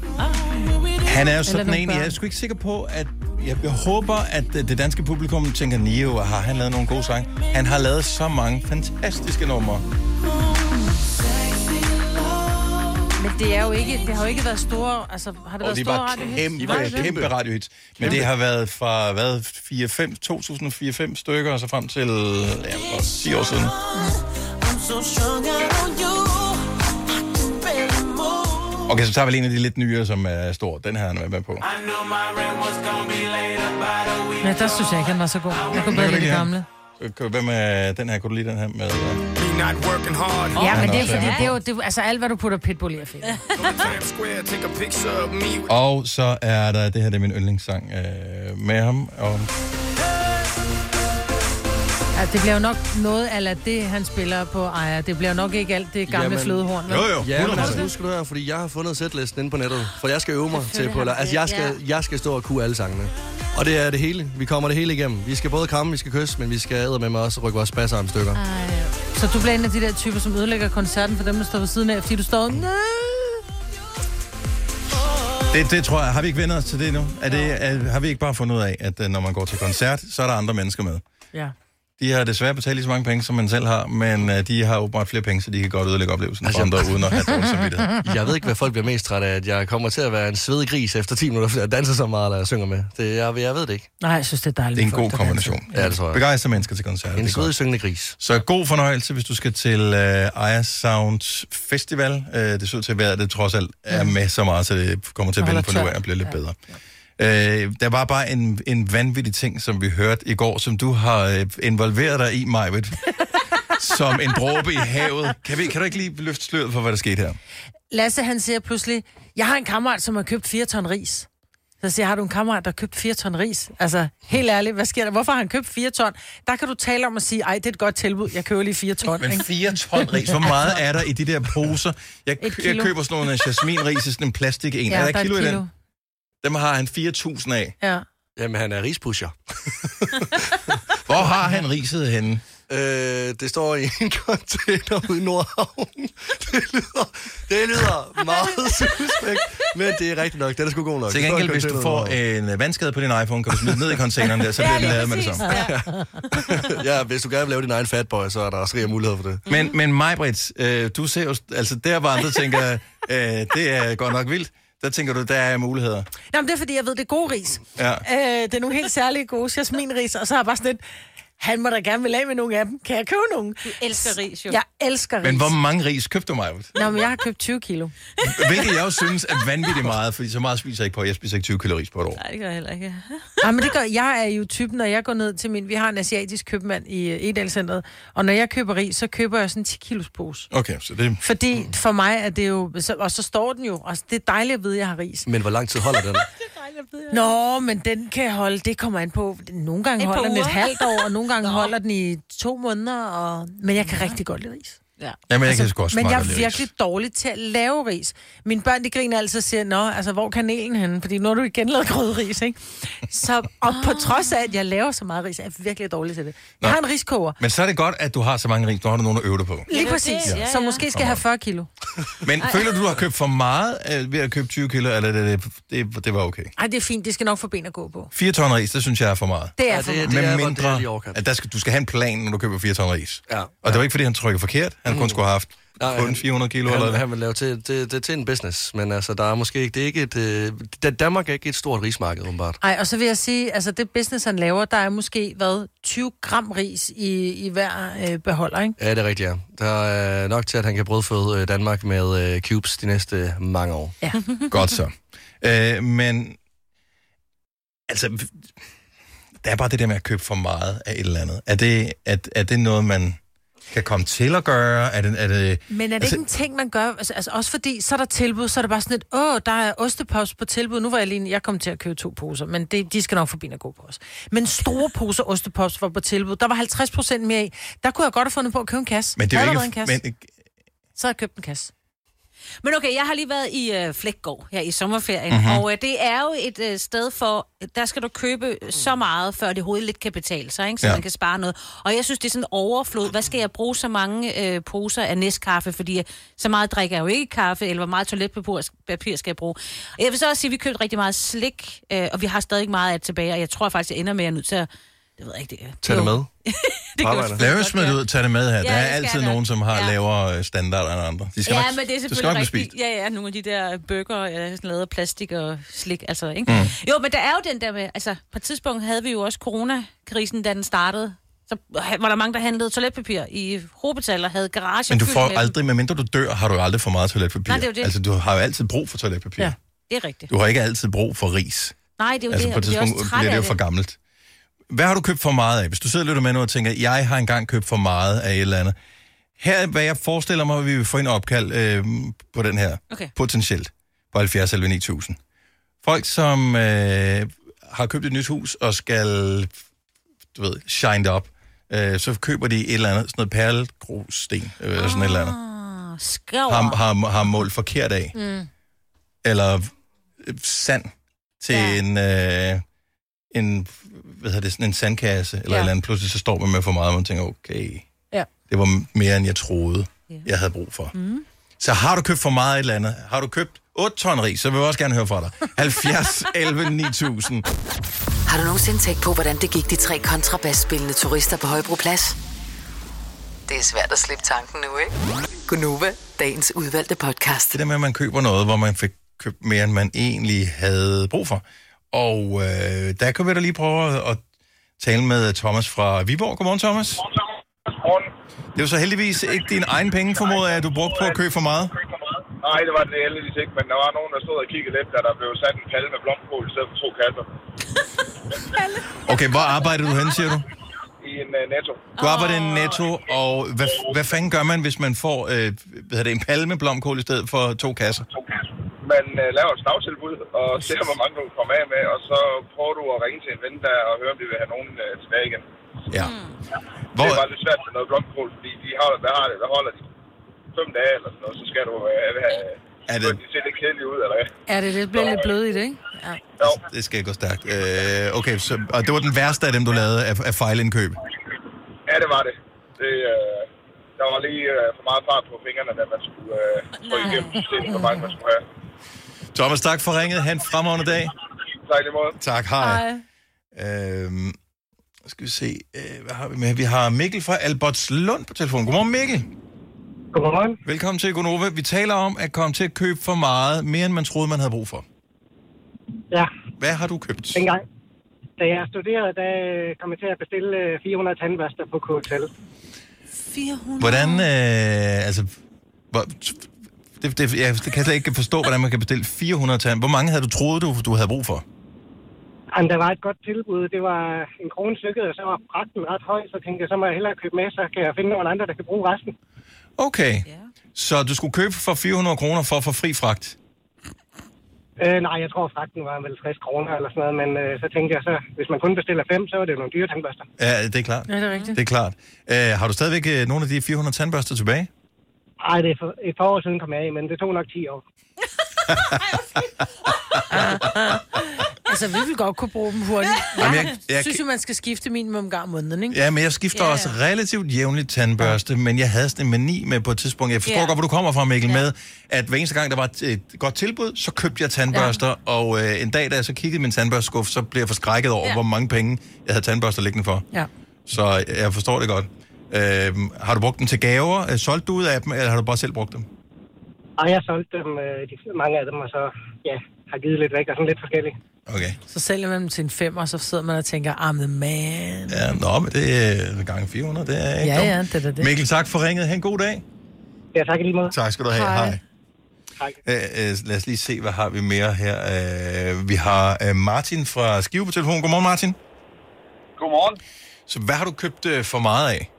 S1: Han er jo sådan
S3: nogle
S1: en, jeg er
S3: børn.
S1: sgu ikke sikker på, at jeg, jeg håber, at øh, det danske publikum tænker, Nio, har han lavet nogle gode sange? Han har lavet så mange fantastiske numre.
S3: Men det er jo ikke, det har jo ikke været store, altså har det
S1: Og
S3: været
S1: de
S3: store
S1: var
S3: radiohits?
S1: kæmpe,
S3: Var det
S1: kæmpe,
S3: det?
S1: kæmpe radiohits. Men det har været fra, hvad, 4, 5, 2004-5 stykker, og så frem til ja, for 10 år siden. Okay, så tager vi lige en af de lidt nyere, som er stor. Den her har han været med på.
S3: Ja, der synes jeg ikke, han var så god. Jeg kunne bedre lide
S1: kan ikke
S3: det
S1: lide
S3: gamle.
S1: Øh, kan- Hvem er den her? Kunne du lide den her med? øh,
S3: Ja, men det er
S1: også
S3: fordi,
S1: er
S3: det er jo, det, er- altså alt, hvad du putter pitbull i, er fedt.
S1: Og så er der, det her det er min yndlingssang øh, med ham. Og
S3: Altså, det bliver jo nok noget af det, han spiller på ejer. Det bliver jo nok ikke alt det gamle
S2: Jamen,
S3: flødehorn. vel?
S2: Ja, men altså, nu skal du høre, fordi jeg har fundet sætlisten inde på nettet, for jeg skal øve mig til på... Altså, jeg skal, jeg skal stå og kunne alle sangene. Og det er det hele. Vi kommer det hele igennem. Vi skal både kramme, vi skal kysse, men vi skal med mig også rykke vores basser om stykker.
S3: Så du bliver en af de der typer, som ødelægger koncerten for dem, der står ved siden af, fordi du
S4: Mm.
S3: står... "Næh."
S1: Det, det tror jeg. Har vi ikke vendt os til det nu? Er det, er, har vi ikke bare fundet ud af, at øh, når man går til koncert, så er der andre mennesker med?
S3: Ja.
S1: De har desværre betalt lige så mange penge, som man selv har, men øh, de har åbenbart flere penge, så de kan godt ødelægge oplevelsen altså, for andre, uden at have dårlig samvittighed.
S2: Jeg ved ikke, hvad folk bliver mest trætte af, at jeg kommer til at være en svedig gris efter 10 minutter, fordi jeg danser så meget, eller jeg synger med. Det, jeg, jeg ved det ikke.
S3: Nej, jeg synes, det er dejligt.
S1: Det er en
S3: med folk,
S1: god
S3: der
S1: kombination.
S2: Ja, det tror jeg.
S1: Begejstre mennesker til koncerter.
S2: En
S1: det er
S2: svedig
S1: godt.
S2: syngende gris.
S1: Så god fornøjelse, hvis du skal til øh, Aya Sound Festival. Øh, det ser ud til at være, at det trods alt er med så meget, så det kommer til at
S3: Og
S1: vende på
S3: holder
S1: nu af
S3: tørt.
S1: og bliver lidt bedre. Øh, der var bare en, en vanvittig ting, som vi hørte i går, som du har øh, involveret dig i, Majved. som en dråbe i havet. Kan, vi, kan du ikke lige løfte sløret for, hvad der skete her?
S3: Lasse, han siger pludselig, jeg har en kammerat, som har købt 4 ton ris. Så siger jeg, har du en kammerat, der har købt 4 ton ris? Altså, helt ærligt, hvad sker der? Hvorfor har han købt 4 ton? Der kan du tale om at sige, ej, det er et godt tilbud, jeg køber lige 4 ton.
S1: Men
S3: ikke?
S1: fire ton ris, hvor meget er der i de der poser? Jeg,
S3: Et
S1: jeg
S3: kilo.
S1: køber sådan nogle øh, jasminris i sådan en plastik en. Ja, er der et kilo, kilo i den? Dem har han 4.000 af.
S3: Ja.
S2: Jamen, han er rispusher.
S1: Hvor har han riset henne?
S2: Øh, det står i en container ude i Nordhavn. Det lyder, det lyder meget suspekt, men det er rigtigt nok. Den er sgu god nok.
S1: Til gengæld, hvis du får
S2: Øh...
S1: en øh, vandskade på din iPhone, kan du smide den ned i containeren der, så bliver den lavet med det samme.
S2: Ja, hvis du gerne vil lave din egen fatboy, så er der også rig mulighed for det.
S1: Men, men Majbrits, øh, du ser jo, altså der hvor andre tænker, øh, det er godt nok vildt, der tænker du, der er muligheder.
S3: Nå, men det er, fordi jeg ved, det er gode ris.
S1: Ja.
S3: Øh, det er nogle helt særlige gode jasminris, og så har jeg bare sådan lidt, han må da gerne vil af med nogle af dem. Kan jeg købe nogle?
S4: elsker ris, jo.
S3: Jeg elsker ris.
S1: Men hvor mange ris købte du, Majbrit?
S3: Nå, men jeg har købt 20 kilo.
S1: Hvilket jeg jo synes er vanvittigt meget, fordi så meget spiser jeg ikke på. Jeg spiser ikke 20 kilo ris på et år.
S4: Nej, det gør jeg heller ikke.
S3: Ja, men det gør, jeg er jo typen, når jeg går ned til min... Vi har en asiatisk købmand i øh, Edalcenteret, og når jeg køber ris, så køber jeg sådan en 10 kilos pose.
S1: Okay, så det...
S3: Fordi for mig er det jo... Så, og så står den jo. Og det er dejligt at vide, at jeg har ris.
S2: Men hvor lang tid holder den?
S3: Nå, men den kan holde... Det kommer an på... Nogle gange
S4: Et par
S3: holder den et
S4: uger.
S3: halvt år, og nogle gange holder den i to måneder. Og, men jeg kan rigtig godt lide ris.
S4: Ja.
S1: Jamen, jeg kan sgu også
S8: men
S1: meget
S8: jeg
S1: godt
S8: er
S1: lide
S8: virkelig dårlig til at lave ris. Mine børn, de griner altid og siger, nå, altså, hvor er kanelen henne? Fordi nu har du igen lavet grødris, ikke? Så, og på trods af, at jeg laver så meget ris, er jeg virkelig dårlig til det. Jeg
S1: Nå.
S8: har en riskoger.
S1: Men så er det godt, at du har så mange ris. Nu har du nogen at øve dig på.
S8: Lige
S4: det er
S8: præcis.
S4: det. Ja,
S8: Som
S4: ja.
S8: måske skal have 40 kilo.
S1: Men føler du, du har købt for meget øh, ved at købe 20 kilo, eller det, det, det, det var okay?
S8: Ej, det er fint. Det skal nok få ben at gå på.
S1: 4 ton ris, det synes jeg er for meget.
S8: Det er
S2: Ja,
S8: for
S2: det er
S8: mig.
S2: hvor
S1: Med
S2: det
S1: mindre,
S2: lige overkant.
S1: at der skal, du skal have en plan, når du køber 4 ton ris.
S2: Ja. Mm.
S1: Og det var ikke, fordi han trykkede forkert. Han kun skulle have haft
S2: Nej,
S1: kun
S2: han-
S1: 400 kilo.
S2: Han,
S1: Eller,
S2: han vil lave til, det, det er til en business, men altså, der er måske ikke, det er ikke et, øh, da- Danmark er ikke et stort rismarked, åbenbart.
S8: Ej, og så vil jeg sige, altså det business, han laver, der er måske, hvad, 20 gram ris i, i hver øh, beholder, ikke?
S2: Ja, det er rigtigt, ja. Der er nok til, at han kan brødføde øh, Danmark med øh, cubes de næste mange år.
S1: Godt så. Øh, men, altså, v- der er bare det der med at købe for meget af et eller andet. Er det, er, er det noget, man kan komme til at gøre? Er det, er det,
S8: Men er det
S1: Altså-
S8: ikke en ting, man gør? Altså, altså også fordi, så er der tilbud, så er det bare sådan et, åh, der er ostepops på tilbud. Nu var jeg lige, jeg kom til at købe to poser, men det, de skal nok forbi at gå på os. Men store poser ostepops var på tilbud. Der var 50 procent mere i. Der kunne jeg godt have fundet på at købe en kasse.
S1: men det er
S8: Havde
S1: jo
S8: der
S1: ikke...
S8: været en kasse,
S1: Men,
S8: så havde jeg købt en kasse.
S4: Men okay, jeg har lige været i øh, Flækgård her i sommerferien, mm-hmm.
S2: Mhm.
S4: og øh, det er jo et øh, sted for, der skal du købe så meget, før det hovedet lidt kan betale sig, ikke? så
S1: Ja.
S4: ja. man kan spare noget. Og jeg synes, det er sådan en overflod. Hvad skal jeg bruge så mange øh, poser af næstkaffe, fordi øh, så meget drikker jeg jo ikke kaffe, eller hvor meget toiletpapir papir skal jeg bruge. Og jeg vil så også sige, at vi købte rigtig meget slik, øh, og vi har stadig meget af det tilbage, og jeg tror faktisk, jeg ender med, at jeg er nødt til at... Det ved jeg ikke, det er...
S2: Tag det med.
S4: Det
S2: Arbejder.
S4: selvfølgelig
S1: Lad
S4: godt
S1: os smide
S4: være.
S1: det ud, tag det med her. Ja, der er
S4: det skal
S1: altid
S4: jeg
S1: nogen,
S4: nok.
S1: som har ja.
S4: Ja.
S1: lavere øh, standarder end andre. De skal
S4: Ja,
S1: nok,
S4: men det er
S1: de skal nok
S4: selvfølgelig
S1: blive
S4: rigtigt.
S1: spist.
S4: Ja, ja, nogle af de der bøger, ja, sådan lavet af plastik og slik, altså, ikke? Mm. Jo, men der er jo den der med, altså, på et tidspunkt havde vi jo også coronakrisen, da den startede. Så var der mange, der handlede toiletpapir i hovedbetal og havde garager
S1: Men du
S4: fyldt
S1: får
S4: med dem.
S1: aldrig, medmindre du dør, har du aldrig for meget toiletpapir.
S4: Nej, det er jo det.
S1: Altså, du har jo altid brug for toiletpapir. Ja.
S8: Ja.
S4: Det er rigtigt.
S1: Du har ikke altid brug for ris.
S4: Nej, det er jo
S1: Altså,
S4: det,
S1: på et
S4: og vi er også
S1: tidspunkt
S4: trætte
S1: bliver det jo
S4: af
S1: for gammelt. Hvad har du købt for meget af? Hvis du sidder og lytter med nu og tænker, jeg har engang købt for meget af et eller andet. Her er, hvad jeg forestiller mig, at vi vil få en opkald øh, på den her.
S4: Okay.
S1: Potentielt. På 70 eller 9000. Folk, som øh, har købt et nyt hus og skal, du ved, shined up, øh, så køber de et eller andet, sådan noget perlegrussten, øh, eller sådan et eller andet
S4: Ah, skov.
S1: har, har, har målt forkert af. Mm. Eller øh, sand til ja. en,
S4: Ja.
S1: øh, en, hvad hedder det, sådan en sandkasse, eller ja.
S4: Ja.
S1: et eller andet. Pludselig så står man med for meget, og man tænker, okay,
S8: Ja.
S1: det var m- mere, end jeg troede,
S4: Ja.
S1: jeg havde brug for. Mm. Så har du købt for meget et eller andet? Har du købt 8 ton ris, så vil jeg også gerne høre fra dig. 70, 11, 9000.
S5: Har du nogensinde tænkt på, hvordan det gik de tre kontrabasspillende turister på Højbroplads? Det er svært at slippe tanken nu, ikke? Gunova, dagens udvalgte podcast.
S1: det der med, at man køber noget, hvor man fik købt mere, end man egentlig havde brug for. Og øh, der kan vi da lige prøve at, at tale med Thomas fra Viborg. Godmorgen, Thomas. Det var så heldigvis ikke dine egne penge, formoder jeg, du brugte på at købe for meget.
S9: Nej, det var det heldigvis ikke, men der var nogen, der stod og kiggede lidt, da der blev sat en palle med blomkål i stedet for to kasser
S1: Okay, hvor arbejder du hen, siger du?
S9: i en uh, netto.
S1: Du arbejder i Netto, og hvad, hvad fanden gør man, hvis man får øh, hvad hedder det, en palme blomkål i stedet for to kasser?
S9: To kasser. Man uh, laver et snavtilbud og ser, hvor mange du kan komme af med, og så prøver du at ringe til en ven der og høre, om de vil have nogen uh, tilbage igen.
S1: Ja.
S9: Det er
S1: Hvor,
S9: bare lidt svært med noget blomkål, fordi de har, der, har det, der holder de fem dage eller sådan noget, så skal du uh, have...
S1: Er
S9: Er
S1: det-
S9: det... De ser lidt kedelige ud, eller hvad?
S8: Er det lidt, bliver lidt blødt i det, ikke? Ja.
S9: Jo,
S1: det skal gå stærkt. Øh, okay, så, og det var den værste af dem, du lavede af, af fejlindkøb.
S9: ja, det var det. det uh, der var lige uh, for meget fart på fingrene, da man skulle uh, få igennem systemet, hvor mange man skulle have.
S1: Thomas, tak for ringet. Han fremragende dag.
S9: Tak i lige måde.
S1: Tak, hej. hej. Øhm, skal vi se, øh, hvad har vi med? Vi har Mikkel fra Albertslund på telefon. Godmorgen, Mikkel.
S9: Godmorgen.
S1: Velkommen til Gonova. Vi taler om at komme til at købe for meget, mere end man troede, man havde brug for.
S10: Ja,
S1: Hvad har du købt?
S10: dengang. Da jeg studerede, der øh, kom jeg til at bestille øh, 400 tandbørster på KTL.
S4: 400.
S1: Hvordan, øh, altså... Hvor, det, det, jeg kan slet ikke forstå, hvordan man kan bestille 400 tand. Hvor mange havde du troet, du, du havde brug for?
S10: Jamen, der var et godt tilbud. Det var en krone stykket, og så var pragten ret høj. Så tænkte jeg, så må jeg hellere købe med, så kan jeg finde nogen andre, der kan bruge resten.
S1: Okay,
S4: Ja.
S1: så du skulle købe for 400 kroner for at få fri fragt.
S10: Øh, nej, jeg tror, fragten var vel 60 kroner eller sådan noget. Men øh, så tænkte jeg så, hvis man kun bestiller fem, så er det jo nogle dyre tandbørster.
S1: Ja, det er klart.
S8: Ja, det er rigtigt.
S1: Det er klart. Øh, har du stadigvæk øh, nogle af de 400 tandbørster tilbage?
S10: Ej, det er for, et par år siden kom jeg af, men det tog nok 10 år.
S8: altså, vi vil godt kunne bruge dem hurtigt.
S1: Jamen,
S8: Jeg,
S1: jeg- jeg
S8: synes
S1: kan-
S8: jo, man skal skifte minimum en gang om måneden, ikke?
S1: Ja, men jeg
S8: Ja,
S1: skifter ja,
S8: ja.
S1: ja. også relativt jævnligt tandbørste, ja. men jeg havde sådan en mani med på et tidspunkt. Jeg forstår
S8: Ja.
S1: ja. godt, hvor du kommer fra, Mikkel, ja. med, at hver eneste gang, der var et, et godt tilbud, så købte jeg tandbørster, ja. og øh, en dag, da jeg så kiggede i min tandbørsteskuffe, så blev jeg forskrækket over,
S8: Ja.
S1: ja. hvor mange penge jeg havde tandbørster liggende for.
S8: Ja.
S1: Så øh, jeg forstår det godt. Øhm, har du brugt dem til gaver? Øh, Solgte du ud af dem, eller har du bare selv brugt dem?
S10: Og jeg solgte dem, øh, de, mange af dem, og så ja, har givet lidt væk og sådan lidt forskelligt.
S1: Okay.
S8: Så sælger man dem til en femmer, og så sidder man og tænker, I'm the man.
S1: Ja, nå, men det er gange 400, det er ikke
S8: Ja,
S1: dumt.
S8: ja, det er da det.
S1: Mikkel, tak for ringet. Ha' en god dag.
S10: Ja, tak i lige måde.
S1: Tak skal du have. Hej.
S10: Hej.
S1: Øh, øh, lad os lige se, hvad har vi mere her. Øh, vi har øh, Martin fra Skive på telefonen. Godmorgen, Martin.
S9: Godmorgen.
S1: Så hvad har du købt øh, for meget af?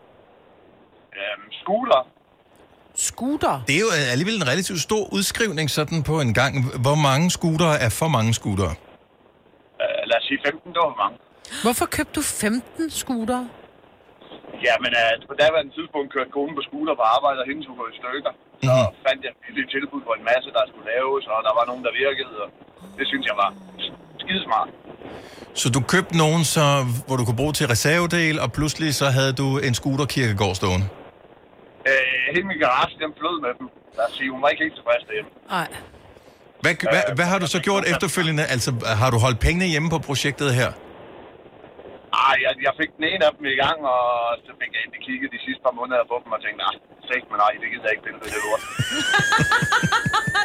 S9: Øhm, skuler.
S8: Scooter.
S1: Det er jo øh, alligevel en relativt stor udskrivning sådan på en gang. Hvor mange scootere er for mange scootere?
S9: Øh, lad os sige 15, det var for mange.
S8: Hvorfor købte du 15 scooter?
S9: Ja, men øh, på daværende tidspunkt kørte konen på skuler på arbejde, og hende tog gået i stykker. Så fandt jeg et billigt tilbud på en masse, der skulle laves, og der var nogen, der virkede, og det synes jeg var skidesmart.
S1: Så du købte nogen, så, hvor du kunne bruge til reservedel, og pludselig så havde du en scooterkirkegård stående.
S9: Øh, hele min garage, den flød med dem. Lad os sige, hun var ikke helt tilfreds derhjemme.
S8: Nej.
S1: Hvad, hvad, hvad har du så gjort efterfølgende? Altså, har du holdt pengene hjemme på projektet her?
S9: Ej, jeg, jeg fik den ene af dem i gang, og så fik jeg endelig kigget de sidste par måneder på dem, og tænkte, nej, sæt mig nej, det gider jeg ikke pille ved det lort.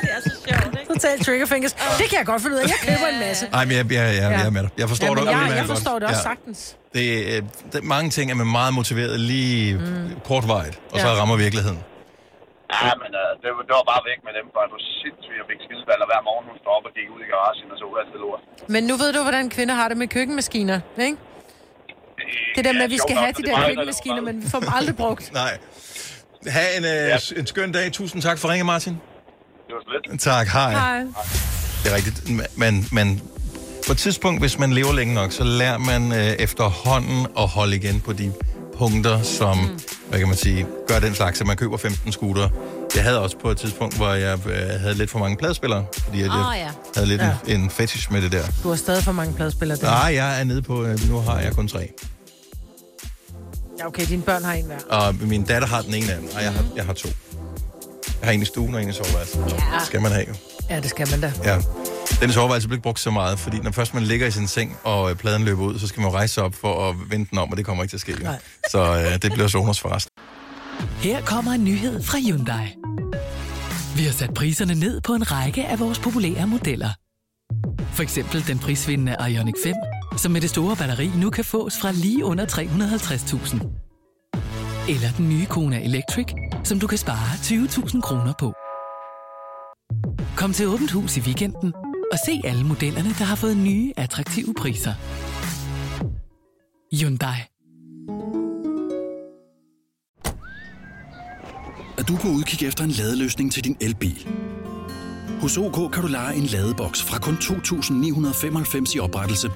S4: det er så sjovt, ikke?
S8: Total trigger fingers. Det kan jeg godt finde ud af. Jeg køber en masse.
S1: Nej, men jeg, jeg, jeg, jeg er med dig. Jeg forstår
S8: Jamen,
S1: dig
S8: jeg,
S1: udmærket
S8: jeg forstår
S1: godt.
S8: det også
S1: Ja.
S8: sagtens.
S1: Det, øh, det, mange ting er man meget motiveret lige mm. kortvarigt, og så
S8: Ja.
S1: rammer virkeligheden.
S9: Ja, men øh, det, var- det, var bare væk med dem, for du sindssygt, jeg fik skildballer hver morgen, hun stod op og gik ud i garagen og så alt det lort.
S8: Men nu ved du, hvordan kvinder har det med køkkenmaskiner, ikke? Det der med, at vi skal have de der køkkenmaskiner, men vi får dem aldrig brugt.
S1: Nej. Ha' en, øh, ja. en skøn dag. Tusind tak for ringen, Martin.
S9: Det var så lidt.
S1: Tak, hej.
S8: Hej.
S1: Det er rigtigt. Man, man, på et tidspunkt, hvis man lever længe nok, så lærer man øh, efterhånden at holde igen på de punkter, som, mm. hvad kan man sige, gør den slags, at man køber 15 scooter. Jeg havde også på et tidspunkt, hvor jeg øh, havde lidt for mange pladespillere, fordi at jeg
S8: Ah,
S4: Åh, ja.
S1: havde lidt ja. en, en fetish med det der.
S8: Du har stadig for mange pladespillere der.
S1: Nej, jeg er nede på, øh, nu har jeg kun tre.
S8: Ja, okay, dine børn har en hver.
S1: Og min datter har den ene af dem, og jeg har, jeg har to. Jeg har en i stuen og en i soveværelset.
S4: Ja.
S1: Det skal man have jo.
S8: Ja, det skal man da.
S1: Ja. Den i soveværelset bliver ikke brugt så meget, fordi når først man ligger i sin seng, og øh, pladen løber ud, så skal man jo rejse sig op for at vende den om, og det kommer ikke til at ske. Jo.
S8: Nej.
S1: Så øh, det bliver Sonos forrest.
S11: Her kommer en nyhed fra Hyundai. Vi har sat priserne ned på en række af vores populære modeller. For eksempel den prisvindende Ioniq 5, som med det store batteri nu kan fås fra lige under 350.000. Eller den nye Kona Electric, som du kan spare 20.000 kroner på. Kom til Åbent Hus i weekenden og se alle modellerne, der har fået nye, attraktive priser. Hyundai.
S6: Er du på udkig efter en ladeløsning til din elbil? Hos OK kan du lege en ladeboks fra kun 2.995 i oprettelse,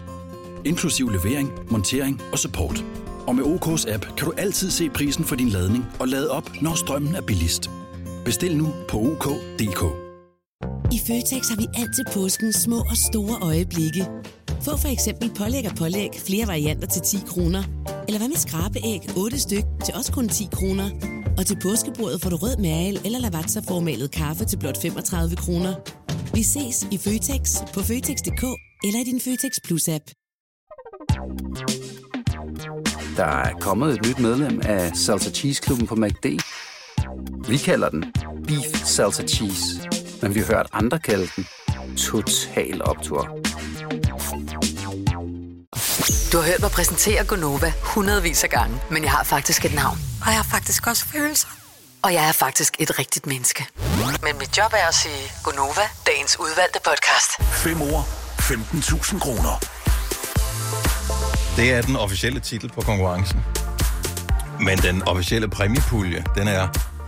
S6: inklusiv levering, montering og support. Og med OK's app kan du altid se prisen for din ladning og lade op, når strømmen er billigst. Bestil nu på OK.dk.
S12: I Føtex har vi alt til påsken små og store øjeblikke. Få for eksempel pålæg og pålæg flere varianter til 10 kroner. Eller hvad med skrabeæg 8 styk til også kun 10 kroner. Og til påskebordet får du rød mal eller lavatserformalet kaffe til blot 35 kroner. Vi ses i Føtex på Føtex.dk eller i din Føtex Plus-app.
S13: Der er kommet et nyt medlem af Salsa Cheese Klubben på MACD. Vi kalder den Beef Salsa Cheese, men vi har hørt andre kalde den Total Optor.
S5: Du har hørt mig præsentere Gonova hundredvis af gange, men jeg har faktisk et navn.
S14: Og jeg har faktisk også følelser.
S5: Og jeg er faktisk et rigtigt menneske. Men mit job er at sige Gonova, dagens udvalgte podcast.
S6: 5 år, 15.000 kroner.
S1: Det er den officielle titel på konkurrencen. Men den officielle præmiepulje, den er 115.000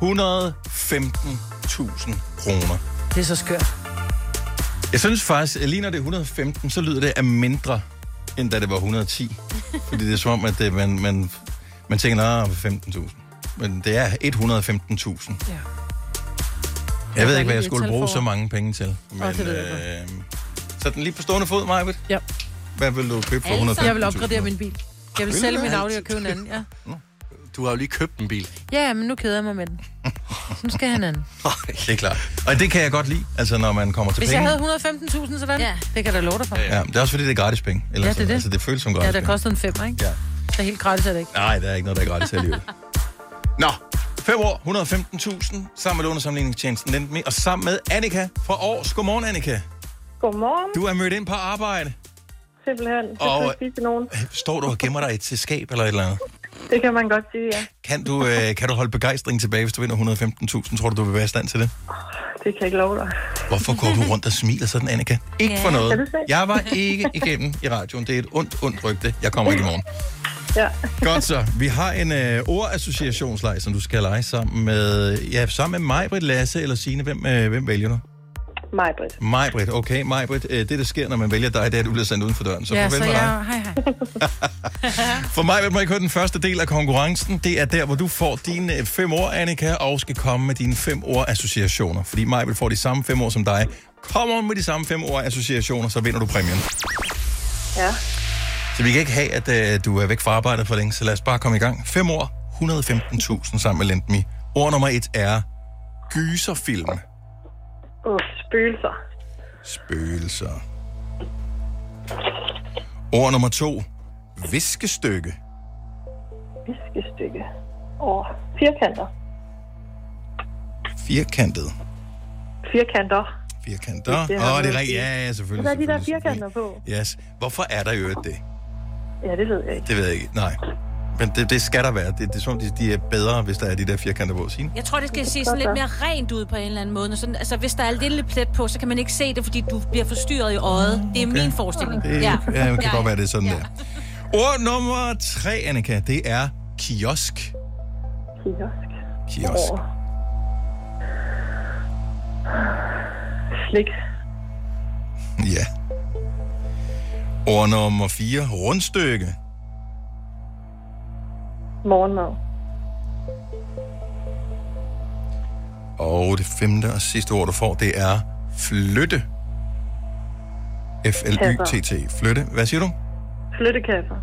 S1: kroner.
S8: Det er så skørt.
S1: Jeg synes faktisk, at lige når det er 115, så lyder det af mindre, end da det var 110. Fordi det er som om, at det, man, man, man tænker, at 15.000. Men det er 115.000.
S8: Ja.
S1: Jeg ved ikke, hvad jeg
S3: lige
S1: skulle
S3: tal
S1: bruge
S3: for.
S1: så mange penge til. Men,
S3: Åh, det ved jeg
S1: øh, så den lige på stående fod, Majbet?
S3: Ja.
S1: Hvad vil du købe for 100?
S3: Jeg vil opgradere min bil. Jeg vil
S1: Vil
S3: sælge
S1: du
S3: min
S1: det?
S3: Audi og købe en anden, ja.
S15: Du har jo lige købt en bil.
S3: Ja, men nu keder jeg mig med den. Så nu skal jeg have en anden.
S1: Det er klart. Og det kan jeg godt lide, altså når man kommer til
S3: Hvis jeg
S1: penge.
S3: havde 115.000 sådan, ja. det kan jeg da love dig for.
S1: Ja, det er også fordi, det er gratis penge. Eller
S3: Ja, det er
S1: sådan.
S3: det.
S1: Altså, det føles som
S3: Ja,
S1: gratis
S3: der koster en femmer, ikke?
S1: Ja.
S3: Så helt gratis er det ikke.
S1: Nej, der er ikke noget, der er gratis her i livet. Nå, 5 år, 115.000, sammen med lånesamligningstjenesten Lendme, og sammen med Annika fra Aarhus. Godmorgen, Annika.
S16: Godmorgen,
S1: Du er mødt ind på arbejde.
S16: simpelthen. Det
S1: Og-
S16: og... sige til nogen.
S1: Står du og gemmer dig i et til skab eller et eller andet?
S16: Det kan man godt sige, ja.
S1: Kan du, øh, kan du holde begejstringen tilbage, hvis du vinder 115.000? Tror du, du vil være i stand til det?
S16: Det kan jeg ikke love dig.
S1: Hvorfor går du rundt og smiler sådan, Annika? Ikke
S16: Ja.
S1: for
S16: Kan
S1: noget.
S16: du se?
S1: Jeg var ikke igennem i radioen. Det er et ondt, ondt rygte. Jeg kommer ikke i morgen.
S16: Ja.
S1: Godt så. Vi har en øh, ordassociationsleg, som du skal lege sammen med... Ja, sammen med mig, Britt, Lasse eller Signe. Hvem, øh, hvem vælger du?
S16: Mig, Britt.
S1: Mig, Britt. Okay, mig, Britt. Øh, det, der sker, når man vælger dig, det er, at du bliver sendt uden for døren. Så
S3: ja,
S1: farvel
S3: så
S1: med dig.
S3: jeg... Hej, hej.
S1: For mig vil man ikke høre den første del af konkurrencen. Det er der, hvor du får dine øh, fem ord, Annika, og skal komme med dine fem ord-associationer. Fordi mig vil få de samme fem ord som dig. Kommer med de samme fem ord-associationer, så vinder du præmien.
S16: Ja.
S1: Så vi kan ikke have, at øh, du er væk fra arbejdet for længe, så lad os bare komme i gang. Fem år, 115.000 sammen med Lendme. Ord nummer et er gyserfilm.
S16: Uh, spøgelser.
S1: Spøgelser. Ord nummer to, viskestykke.
S16: Viskestykke. Og firkanter.
S1: Firkantet.
S16: Firkanter.
S1: Firkanter. Åh,
S16: Det har
S1: oh,
S16: noget
S1: det
S16: at
S1: er rigtigt.
S16: sige.
S1: Ja, ja, selvfølgelig.
S16: Der er de der
S1: selvfølgelig,
S16: firkanter på.
S1: selvfølgelig. Yes. Hvorfor er der i øvrigt det?
S16: Ja, det ved jeg ikke.
S1: Det ved jeg ikke. Nej. Men det, det skal der være. Det, det er som om, de, de er bedre, hvis der er de der firkanter på. Signe?
S4: Jeg tror, det skal se sådan lidt mere rent ud på en eller anden måde. Når Sådan, altså, hvis der er en lille plet på, så kan man ikke se det, fordi du bliver forstyrret i øjet. Det er min forestilling.
S1: Det ja. Ja, kan godt være, det er sådan ja. der. Ord nummer tre, Annika, det er kiosk.
S16: Kiosk.
S1: Kiosk.
S16: Åh. Slik.
S1: Ja. Ord nummer fire, rundstykke.
S16: Morgenmad.
S1: Og det femte og sidste ord, du får, det er flytte. F-L-Y-T-T. Flytte. Hvad siger du?
S16: Flyttekasser.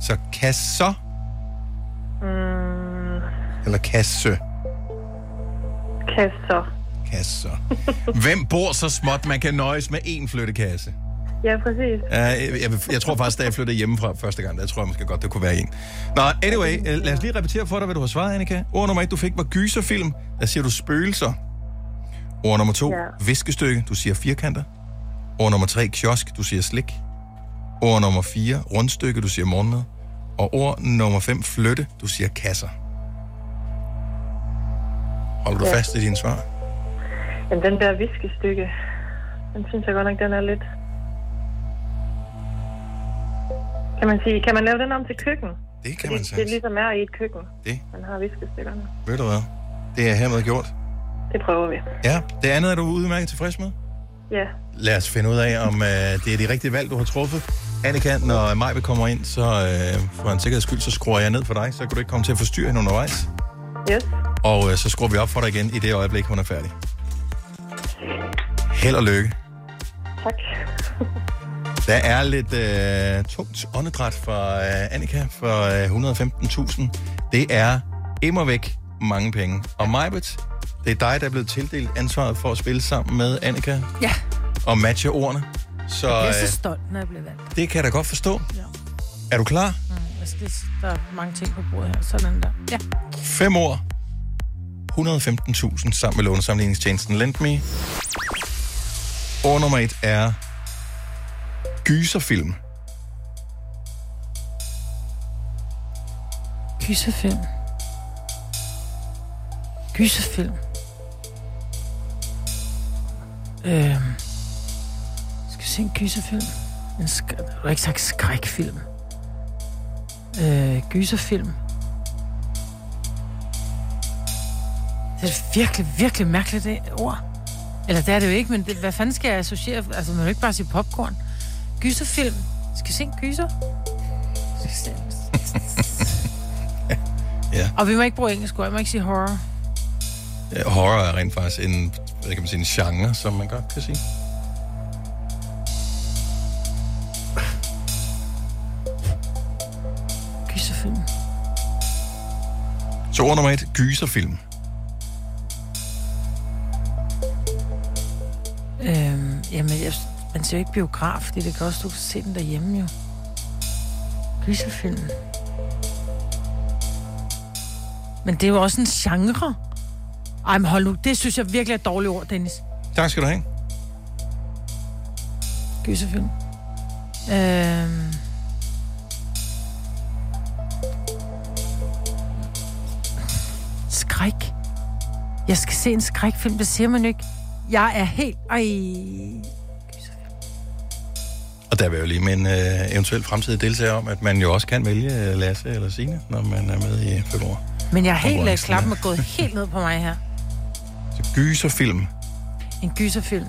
S1: Så kasser
S16: Mm,
S1: eller kasse?
S16: kasser.
S1: Kasser. Hvem bor så småt, man kan nøjes med én flyttekasse?
S16: Ja, præcis.
S1: Uh, jeg, jeg, jeg tror faktisk, da jeg flyttede hjemmefra første gang, der tror jeg måske godt, det kunne være en. Nå, anyway, øh, lad os lige repetere for dig, hvad du har svaret, Annika. Ord nummer et, du fik, var gyserfilm. Der siger du spøgelser. Ord nummer to,
S16: Ja.
S1: viskestykke. Du siger firkanter. Ord nummer tre, kiosk. Du siger slik. Ord nummer fire, rundstykke. Du siger morgenmad. Og ord nummer fem, flytte. Du siger kasser. Holder du
S16: Ja.
S1: fast i dine svar?
S16: Jamen, den der viskestykke, den synes jeg godt nok, den er lidt... Kan man sige, kan man lave den om til køkken?
S1: Det kan
S16: Fordi
S1: man
S16: Det
S1: sige.
S16: er ligesom er i et køkken.
S1: Det.
S16: Man har viskestykkerne.
S1: Ved du hvad? Det er hermed gjort.
S16: Det prøver vi.
S1: Ja, det andet er du udmærket tilfreds med?
S16: Ja.
S1: Lad os finde ud af, om øh, det er de rigtige valg, du har truffet. Annika, når Maj kommer ind, så øh, for en sikkerheds skyld, så skruer jeg ned for dig, så kan du ikke komme til at forstyrre hende undervejs.
S16: Yes.
S1: Og øh, så skruer vi op for dig igen i det øjeblik, hun er færdig. Held og lykke.
S16: Tak.
S1: Der er lidt øh, tungt åndedræt fra øh, Annika for øh, 115.000. Det er immer væk mange penge. Og Majbet, det er dig, der er blevet tildelt ansvaret for at spille sammen med Annika
S3: Ja,
S1: og matche ordene. Så,
S3: jeg
S1: øh,
S3: bliver så stolt, når jeg bliver valgt.
S1: det kan jeg da godt forstå. Er du klar?
S3: Jeg skal, der Altså, er mange ting på bordet her. Sådan der. Ja.
S1: Fem år. 115.000 sammen med lånesamligningstjenesten Lendme. År nummer et er gyserfilm.
S3: Gyserfilm. Gyserfilm. Øhm. Skal vi se en gyserfilm? En sk- jeg har ikke sagt skrækfilm. Øh, gyserfilm. Det er virkelig, virkelig mærkeligt det ord. Eller det er det jo ikke, men det, hvad fanden skal jeg associere? Altså, man kan jo ikke bare sige popcorn. Gyserfilm. Skal vi se en gyser? Skal vi se
S1: Ja.
S3: og vi må ikke bruge engelsk ord. Jeg må ikke sige horror.
S1: øh, horror er rent faktisk en, hvad kan man sige, en genre, som man godt kan sige.
S3: Gyserfilm.
S1: Så ord nummer et, gyserfilm.
S3: Øhm, jamen, jeg, man ser jo ikke biograf, fordi det kan også, du kan se den derhjemme jo. Gyserfilm. Men det er jo også en genre. Ej, men hold nu, det synes jeg virkelig er et dårligt ord, Dennis.
S1: Tak skal du have.
S3: Gyserfilm. Øhm... Skræk. Jeg skal se en skrækfilm, det siger man jo ikke. Jeg er helt... Ej...
S1: Og der vil jeg jo lige med en øh, eventuel fremtidig deltager om, at man jo også kan vælge øh, Lasse eller Signe, når man er med i februar.
S3: Men jeg er helt lavet
S1: Konkurrencen
S3: klappen
S1: er.
S3: og gået helt ned på mig her.
S1: Så gyserfilm.
S3: En gyserfilm.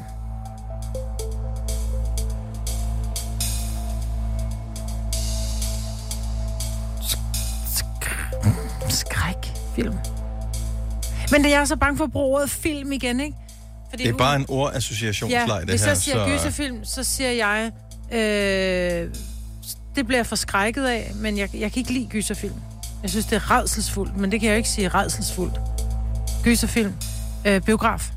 S3: Skrækfilm. Men det, jeg er så bange for at bruge ordet film igen, ikke? Fordi
S1: Det er
S3: u-
S1: bare en ordassociationsleg,
S3: ja,
S1: det
S3: hvis
S1: her.
S3: jeg siger så... gyserfilm, så siger jeg... Øh, det bliver jeg forskrækket af, men jeg, jeg kan ikke lide gyserfilm. Jeg synes, det er redselsfuldt, men det kan jeg jo ikke sige redselsfuldt. Gyserfilm. Øh, biograf.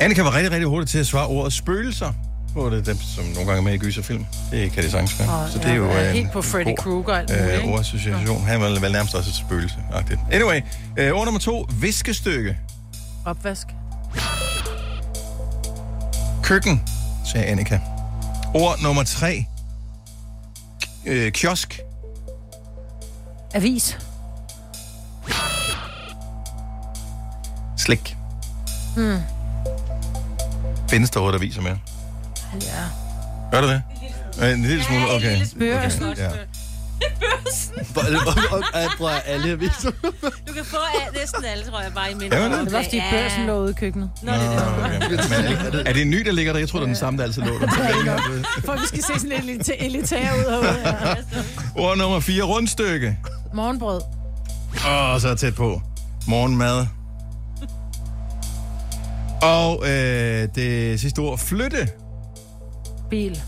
S1: Annika var rigtig, rigtig hurtig til at svare ordet spøgelser på det, dem, som nogle gange er med i gyserfilm. Det kan det sagtens være.
S3: Og
S1: så det
S3: jeg
S1: er jo
S3: er
S1: øh,
S3: helt på Freddy
S1: god,
S3: Krueger og alt muligt,
S1: øh,
S3: ikke?
S1: ordassociation. Han var vel nærmest også et spøgelse. -agtigt. Anyway, øh, ord nummer to, viskestykke.
S3: Opvask.
S1: Køkken, sagde Annika. Ord nummer tre, k- øh, kiosk.
S3: Avis.
S1: Slik.
S3: Hmm.
S1: Findes der ordet, der viser mere?
S3: Ja.
S1: Gør det det? Øh, En lille smule, okay.
S3: Spørg okay.
S1: okay. Ja.
S2: og, og, og, prøv at alle aviser.
S4: Du kan få af, næsten alle, tror jeg, bare i min
S1: Ja, men-
S3: Det var, fordi børsen lå ude i køkkenet.
S1: Nå, okay. Men er, det, er det en ny, der ligger der? Jeg tror, det er den samme, der altid lå der.
S3: For at vi skal se sådan lidt elita- elitære ud herude. Ja.
S1: Ord nummer 4, rundstykke.
S3: Morgenbrød.
S1: Og så tæt på. Morgenmad. Og øh, det sidste ord, flytte.
S3: Bil.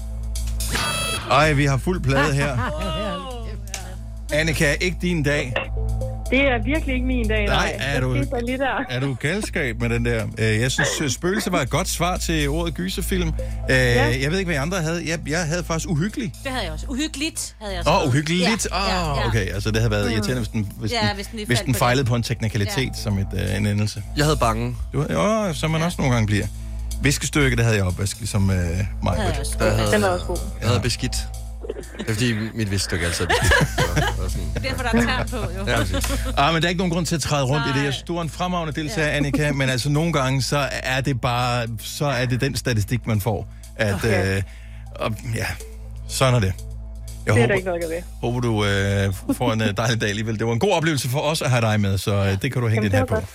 S1: Ej, vi har fuld plade her. Annika, ikke din dag.
S16: Det er virkelig ikke min dag.
S1: Nej, er du-
S16: Det skifter lige der.
S1: Er du galskab med den der? Øh, Jeg synes, øh, spøgelse var et godt svar til ordet gyserfilm. Øh,
S4: Ja.
S1: Jeg ved ikke, hvad I andre havde. Jeg, jeg havde faktisk uhyggelig.
S4: Det havde jeg også. Uhyggeligt havde jeg også.
S1: Åh, oh, uhyggeligt. Åh, ja, ja, okay. Altså, det havde været
S4: Mm.
S1: irriterende, hvis den, hvis
S4: Ja,
S1: den,
S4: hvis den lige
S1: hvis
S4: faldt
S1: den
S4: på
S1: fejlede
S4: det.
S1: på en teknikalitet, ja. som et, øh, en endelse.
S2: Jeg havde bange.
S1: Du, jo, som man ja. også nogle gange bliver. Viskestykke, det havde jeg opvask, ligesom øh, mig.
S4: jeg også.
S2: Der havde,
S4: Den var også god.
S2: Jeg havde beskidt. Det er fordi, mit visstykke altid er beskidt. Så, og sådan.
S4: Det er derfor, der er tarm på, jo.
S2: Ja, præcis.
S1: Ah, men der er ikke nogen grund til at træde rundt Nej. i det. Jeg synes, du er en fremragende deltager, ja. Annika, men altså nogle gange, så er det bare, så er det den statistik, man får. At, okay.
S16: Okay.
S1: øh, og, ja, sådan er det. Jeg
S16: det er
S1: håber,
S16: der ikke noget at gøre ved.
S1: håber, du øh, får en øh, dejlig dag alligevel. Det var en god oplevelse for os at have dig med, så øh, det kan du hænge dit
S16: det
S1: hat
S16: var
S1: på.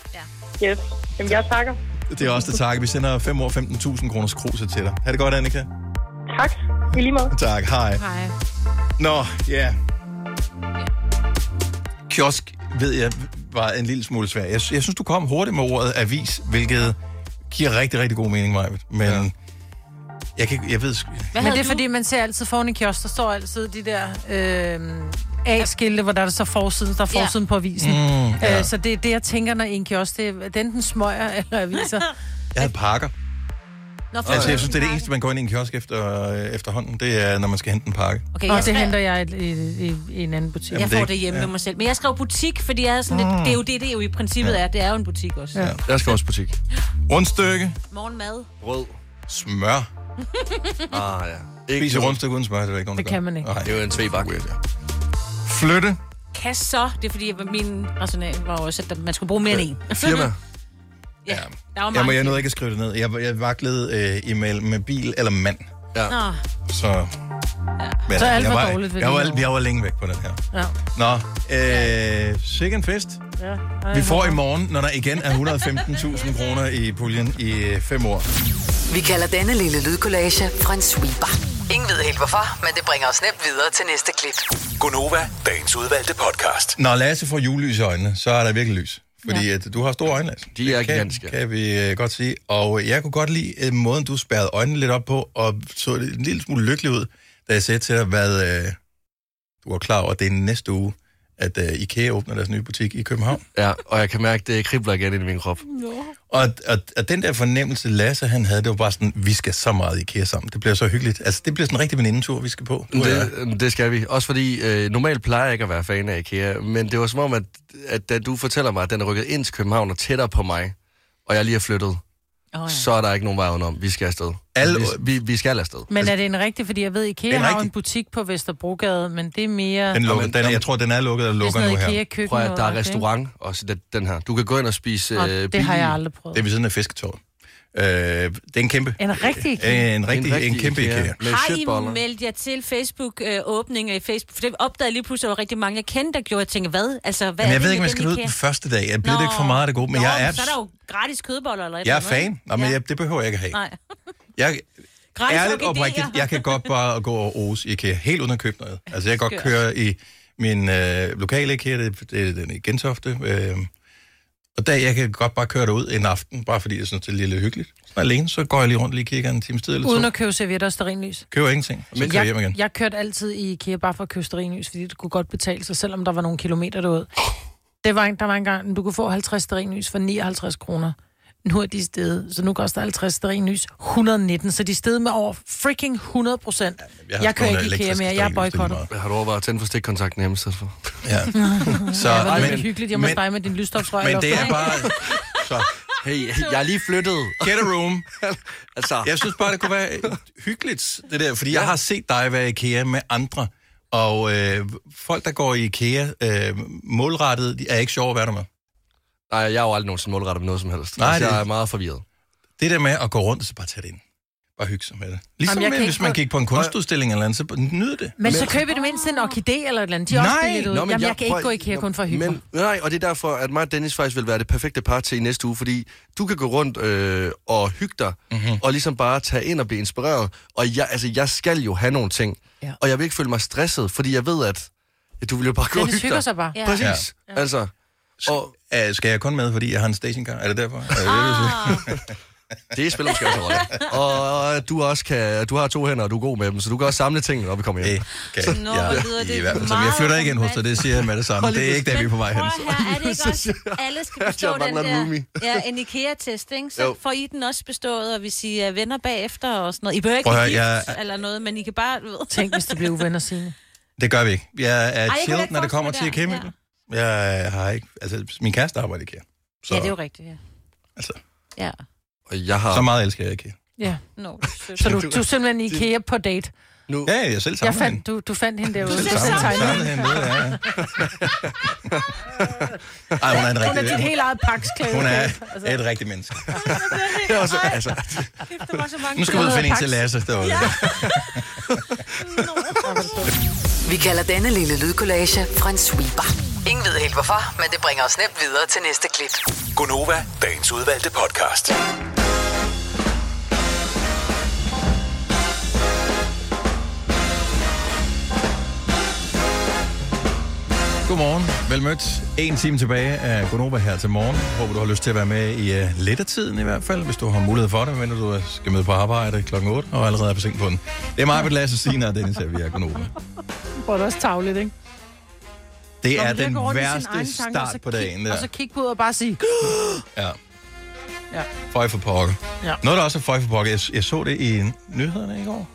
S16: godt. Yes. Jamen, jeg takker.
S1: Det er også det takke. Vi sender 5 år 15.000 kroners kruset til dig. Ha' det godt, Annika.
S16: Tak. I lige måde.
S1: Tak, hej.
S4: Hej.
S1: Nå, ja. Kiosk, ved jeg, var en lille smule svær. Jeg, jeg synes, du kom hurtigt med ordet avis, hvilket giver rigtig, rigtig god mening, Maja. Men ja. jeg, kan, ikke- jeg ved sgu...
S3: Men det er fordi, man ser altid foran en kiosk, der står altid de der øh, A-skilte, hvor der er så forsiden, der er
S4: Ja.
S3: forsiden på avisen.
S1: Mm,
S3: Mm,
S1: ja.
S3: ja. øh, så det er det, jeg tænker, når i en kiosk, det er det er enten smøger eller aviser.
S1: Jeg havde pakker.
S4: Nå,
S1: Altså,
S4: for
S1: jeg
S4: fanden.
S1: synes, det er det eneste, man går ind i en kiosk efter, efterhånden, det er, når man skal hente en pakke.
S4: Okay,
S3: Og det
S4: jeg skrev-
S3: henter jeg i, i, i, i en anden butik.
S1: Jamen,
S4: Jeg
S1: det er
S4: får
S1: ikke-
S4: det hjemme
S1: ja.
S4: ved mig selv. Men jeg skrev butik, fordi jeg havde sådan lidt,
S1: Mm.
S4: det er jo det, det jo i princippet
S1: Ja.
S4: er. Det er jo en butik også.
S1: Ja.
S2: Jeg skal også butik.
S1: Rundstykke,
S4: Morgenmad.
S2: Rød.
S1: smør.
S2: Ah, ja.
S1: Ikke Spise rundstykke uden smør, det er der ikke nogen,
S4: Det
S1: der
S4: kan
S1: gør.
S4: man ikke.
S1: Nej,
S2: Det er jo en tvebak.
S1: Flytte,
S4: Kas så. Det er fordi, jeg- min rationale var også, at man skulle bruge mere end en.
S1: Firma.
S4: ja, der var mange.
S1: Jamen, jeg nåede ikke at skrive det ned. Jeg, jeg vaklede øh, imellem med bil eller mand.
S2: Ja.
S4: Nå.
S1: Så... Ja. Men,
S3: Så alt
S1: jeg
S3: var
S1: var,
S3: dårligt ved
S1: jeg,
S3: din
S1: var,
S3: mor.
S1: jeg var længe væk på den her.
S3: Ja.
S1: Nå, øh, sikke en fest.
S3: Ja.
S1: Vi får i morgen, når der igen er 115.000 kroner i puljen i 5 år.
S5: Vi kalder denne lille lydkollage Frans sweeper. Ingen ved helt hvorfor, men det bringer os nemt videre til næste klip.
S17: Gunova, dagens udvalgte podcast.
S1: Når Lasse får julelys i øjnene, så er der virkelig lys. Fordi ja. at du har store øjne, Lasse. De er gigantiske. Kan, kan vi øh, godt sige. Og jeg kunne godt lide øh, måden, du spærrede øjnene lidt op på, og så en lille smule lykkelig ud, da jeg sagde til dig, hvad øh, du var klar over, at det er næste uge, at øh, IKEA åbner deres nye butik i København.
S2: Ja, og jeg kan mærke, at det kribler igen ind i min krop.
S1: Og, og, og den der fornemmelse, Lasse han havde, det var bare sådan, vi skal så meget i IKEA sammen. Det bliver så hyggeligt. Altså, det bliver sådan en rigtig venindetur, vi skal på.
S2: Det, det skal vi. Også fordi, øh, normalt plejer jeg ikke at være fan af IKEA, men det var som om, at, at da du fortæller mig, at den er rykket ind til København og tættere på mig, og jeg lige er flyttet, oh, ja. så er der ikke nogen vej udenom. Vi skal afsted.
S1: Alle-
S2: Vi, vi, vi skal afsted.
S8: Men er det en rigtig, fordi jeg ved, IKEA
S2: Den er
S8: har jo
S2: rigtig.
S8: en butik på Vesterbrogade, men det er mere...
S1: Den lukker, den, er- jeg tror, den er lukket og
S8: Det er
S1: lukker
S8: sådan
S1: nu
S8: noget
S1: her.
S8: IKEA-køkken
S2: Prøv at der er
S8: noget, ikke?
S2: restaurant også, den, den her. Du kan gå ind og spise
S8: Og
S2: øh,
S8: det
S2: bil.
S8: har jeg aldrig prøvet.
S1: Det er ved siden af fisketårn. Øh, det er en kæmpe.
S8: En rigtig
S1: IKEA. En, rigtig, en, en kæmpe IKEA.
S4: Har I meldt jer til Facebook-åbninger i Facebook? For det opdagede jeg lige pludselig, at der var rigtig mange, jeg kendte, der gjorde. Jeg tænkte, hvad? Altså, hvad
S1: Jamen,
S4: er
S1: jeg ved
S4: det
S1: ikke, om
S4: med
S1: jeg skal
S4: den
S1: ud
S4: IKEA?
S1: den første dag. Jeg bliver det ikke for meget af det gode, men
S4: Nå,
S1: jeg er,
S4: Så er der jo gratis kødboller eller et
S1: jeg er
S4: eller andet,
S1: fan.
S4: ikke?
S1: Nå, men jeg, det behøver jeg ikke at have.
S4: Nej.
S1: Jeg,
S4: Gratis
S1: ærligt
S4: orkideer.
S1: oprigtigt, jeg kan godt bare gå og ose IKEA, helt uden at købe noget. Altså, jeg kan godt
S4: Skørt.
S1: køre i min øh, lokale IKEA, det, det, den er i Gentofte, øh, og der, jeg kan godt bare køre derud en aften, bare fordi jeg synes, det er lidt hyggeligt. Så er jeg alene, så går jeg lige rundt lige kigger en times tid eller
S8: Uden
S1: to.
S8: at købe servietter og sterinlys.
S1: Køber ingenting, og så kører jeg hjem igen.
S8: jeg kørte altid i IKEA bare for at købe sterinlys, fordi det kunne godt betale sig, selvom der var nogle kilometer derud. Det var, en- der var engang, du kunne få 50 sterinlys for 59 kroner. Nu er de steget, så nu koster 50 sterinlys 119, så de er steget med over freaking 100 procent.
S2: Jeg
S8: Jeg,
S2: har
S8: jeg kører
S2: sådan
S8: ikke
S2: noget
S8: IKEA
S2: elektrisk
S8: mere, jeg er boykotter.
S2: Har du overvejet at tænde for stikkontakten hjemme i stedet for?
S1: Ja.
S8: Så, ja, var det
S2: Ej,
S8: men, hyggeligt hjemme hos dig med din lysstofrør.
S2: men
S8: eller
S2: det er
S8: hvad?
S2: bare-
S1: Så,
S2: hey, jeg er lige flyttet.
S1: Get a room.
S2: altså.
S1: Jeg synes bare, det kunne være hyggeligt, det der, fordi ja. jeg har set dig være i IKEA med andre, og øh, folk, der går i IKEA øh, målrettet, de er ikke sjove at være der med.
S2: Nej, jeg er jo aldrig nogensinde målrettet med noget som helst.
S1: Nej,
S2: Nej, altså,
S1: det-
S2: jeg er meget forvirret.
S1: Det der med at gå rundt, og så bare tage det ind. Bare hygge sig med det. Ligesom
S8: Jamen, jeg
S1: Jamen, med,
S8: kan
S1: hvis
S8: ikke
S1: man
S8: få-
S1: gik på en kunstudstilling eller andet, så nyd det.
S8: Men så køb i det mindste en orkidé eller et eller andet. De er også billigt ud.
S2: Nå,
S8: Jamen, jeg, kan ikke
S2: prøv-
S8: gå i IKEA kun for at hygge
S2: men,
S8: mig.
S2: Nej, og det er derfor, at mig og Dennis faktisk vil være det perfekte par til i næste uge, fordi du kan gå rundt øh, og hygge dig, mm-hmm. og ligesom bare tage ind og blive inspireret. Og jeg, altså, jeg skal jo have nogle ting, ja. og jeg vil ikke føle mig stresset, fordi jeg ved, at at du vil jo bare gå og
S8: Dennis
S2: hygge
S8: hygger
S2: dig.
S8: sig bare. Ja.
S2: Præcis. Ja. Altså, og...
S1: øh, Skal jeg kun med, fordi jeg har en stationcar? Er det derfor?
S8: Ah.
S4: Ah.
S2: Det spiller måske også en rolle. Og øh, du, også kan, du har to hænder, og du er god med dem, så du kan også samle tingene, når vi kommer hjem.
S1: Det kan Nå, jeg lyder i det hvert fald. Så jeg flytter ikke ind hos dig, det siger jeg med det samme. Det er ikke der, vi er på vej hen.
S4: Prøv her, er det ikke også, alle skal
S2: Jeg
S4: bestå den
S2: mangler en
S4: der,
S2: roomie.
S4: ja, en IKEA-test, ikke? Så
S1: Jo.
S4: får I den også bestået, og hvis I er venner bagefter og sådan noget. I behøver ikke
S1: Prøv at
S4: høre,
S1: høre,
S4: gift
S1: jeg-
S4: eller noget, men I kan bare... du Ved.
S8: Tænk, hvis det bliver uvenner sine.
S1: Det gør vi ikke. Jeg er
S4: kan da
S1: chill,
S4: ikke
S1: når det kommer til
S4: forestille
S1: IKEA.
S4: mig
S1: -møbler. Jeg har ikke... Altså, min kæreste arbejder i IKEA. Så,
S4: Ja, det er jo rigtigt, ja.
S1: Altså.
S4: Ja.
S2: Og jeg har...
S1: så meget elsker jeg IKEA.
S8: Ja.
S4: No,
S8: så du, du er simpelthen i IKEA på date.
S2: Nu...
S1: Ja, jeg selv
S8: Jeg
S1: samler hende.
S8: fandt, du, du fandt hende derude.
S1: Du selv samler samler hende, det er jeg. Ej, hun er en
S8: Hun er dit
S1: rigtig...
S8: helt eget Altså, paksklæde.
S1: Hun er et rigtigt menneske.
S2: Det er også, altså,
S1: Nu skal vi ud og finde en til Lasse. Det var det.
S5: Vi kalder denne lille lydkollage en sweeper. Ingen ved helt hvorfor, men det bringer os nemt videre til næste klip.
S17: Gunova, dagens udvalgte podcast.
S1: Godmorgen. Vel mødt. En time tilbage af Gonova her til morgen. Håber, du har lyst til at være med i uh, lidt af tiden i hvert fald, hvis du har mulighed for det, men du øh, skal møde på arbejde kl. 8 og allerede er på sent på den. Det er mig, Britt Lasse Sina og Dennis her, vi er Gonova.
S8: Hvor er det også tavligt, ikke?
S1: Det
S8: Hvor
S1: er
S8: man lige
S1: den
S8: går rundt i sine egne
S1: værste
S8: tanker, og så
S1: start på
S8: kig-
S1: dagen. Der.
S8: Og så kigge på ud og bare sige...
S1: Ja.
S8: Ja.
S1: Føj for pokker.
S8: Ja.
S1: Noget, der også er føj for pokker, jeg, jeg så det i nyhederne i går,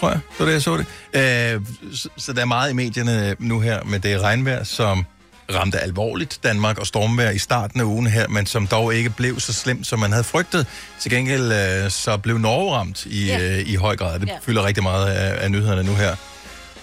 S1: tror jeg. Det var det, jeg så det. Øh, så, så der er meget i medierne nu her med det regnvejr, som ramte alvorligt Danmark og stormvejr i starten af ugen her, men som dog ikke blev så slemt, som man havde frygtet. Til gengæld øh, så blev Norge ramt i,
S18: Ja.
S1: øh, i høj grad. Det
S18: Ja.
S1: fylder rigtig meget af, af nyhederne nu her.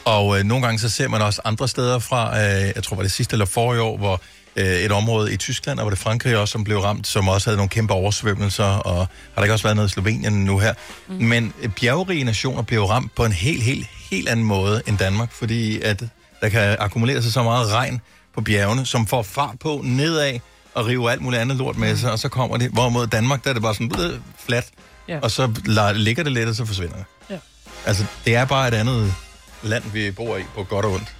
S1: Og øh, nogle gange så ser man også andre steder fra, øh, jeg tror var det sidste eller forrige år, hvor øh, et område i Tyskland, og var det Frankrig også, som blev ramt, som også havde nogle kæmpe oversvømmelser, og har der ikke også været noget i Slovenien nu her. Mm. Men øh, bjergerige nationer blev ramt på en helt, helt, helt anden måde end Danmark, fordi at der kan akkumulere sig så meget regn på bjergene, som får fart på nedad og river alt muligt andet lort med sig, og så kommer det. Hvorimod Danmark, der er det bare sådan blevet fladt,
S8: Ja.
S1: og så la- ligger det lidt, og så forsvinder det.
S8: Ja.
S1: Altså, det er bare et andet land, vi bor i, på godt og ondt.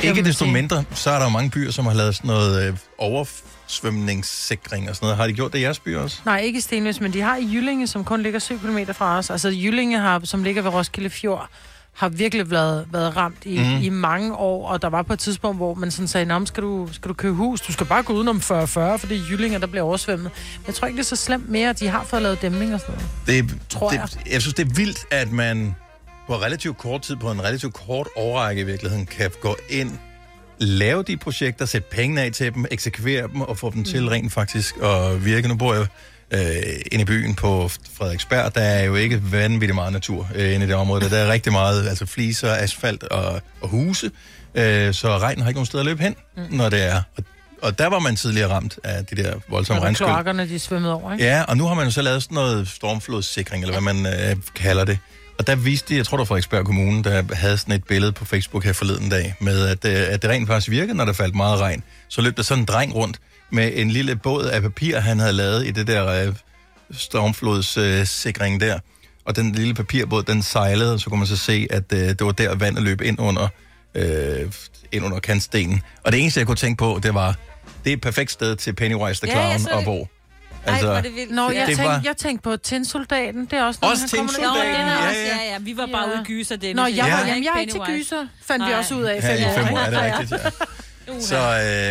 S1: Ikke
S3: Jamen,
S1: desto
S3: det-
S1: mindre, så er der jo mange byer, som har lavet sådan noget øh, oversvømningssikring og sådan noget. Har de gjort det i jeres by også?
S3: Nej, ikke i Stenløs, men de har i Jyllinge, som kun ligger 7 km fra os. Altså Jyllinge, har, som ligger ved Roskilde Fjord, har virkelig været, været ramt i,
S1: Mhm.
S3: mm. i mange år, og der var på et tidspunkt, hvor man sådan sagde, "Nå, men skal du, skal du købe hus? Du skal bare gå udenom 40-40, for det er Jyllinger, der bliver oversvømmet. Men jeg tror ikke, det er så slemt mere. De har fået lavet dæmning og sådan noget.
S1: Det,
S3: Tror
S1: det,
S3: jeg.
S1: jeg synes, det er vildt, at man på relativt kort tid, på en relativt kort årrække i virkeligheden, kan gå ind, lave de projekter, sætte penge af til dem, eksekvere dem og få dem mm. til rent faktisk at virke. Nu bor jeg øh, inde i byen på Frederiksberg. Der er jo ikke vanvittigt meget natur øh, inde i det område. Der, der er rigtig meget altså fliser, asfalt og, og huse, øh, så regnen har ikke nogen sted at løbe hen, mm. når det er. Og, og der var man tidligere ramt af de der voldsomme
S3: Og
S1: regnskyld.
S3: kloakkerne, de er svømmet over, ikke?
S1: Ja, og nu har man jo så lavet sådan noget stormflodssikring, eller hvad man øh, kalder det. Og der viste de, jeg tror det var Frederiksberg Kommune, der havde sådan et billede på Facebook her forleden dag, med at, øh, at det rent faktisk virkede, når der faldt meget regn. Så løb der sådan en dreng rundt med en lille båd af papir, han havde lavet i det der øh, stormflodssikring øh, sikring der. Og den lille papirbåd, den sejlede, og så kunne man så se, at øh, det var der, vandet løb ind under, øh, ind under kantstenen. Og det eneste, jeg kunne tænke på, det var, det er et perfekt sted til Pennywise the
S3: Ja, jeg
S1: Clown
S3: så
S1: ja, at
S3: det.
S1: bo. Altså,
S3: Nå, jeg,
S1: det
S3: tænkte,
S1: var-
S3: jeg tænkte på Tinsoldaten. Det er også noget,
S1: Også
S3: han kommer med.
S1: Tinsoldaten,
S4: Nå, den er
S1: ja,
S4: også-
S1: ja.
S4: ja, ja. Vi var bare ude i gyser, Dennis.
S3: Nå, jeg,
S1: Ja.
S3: var, jamen, jeg er ikke til
S4: Pennywise.
S3: gyser, fandt vi
S4: Nej.
S3: også ud af. i
S1: Ja, i fem år, er det
S3: Ja.
S1: rigtigt, ja. Så,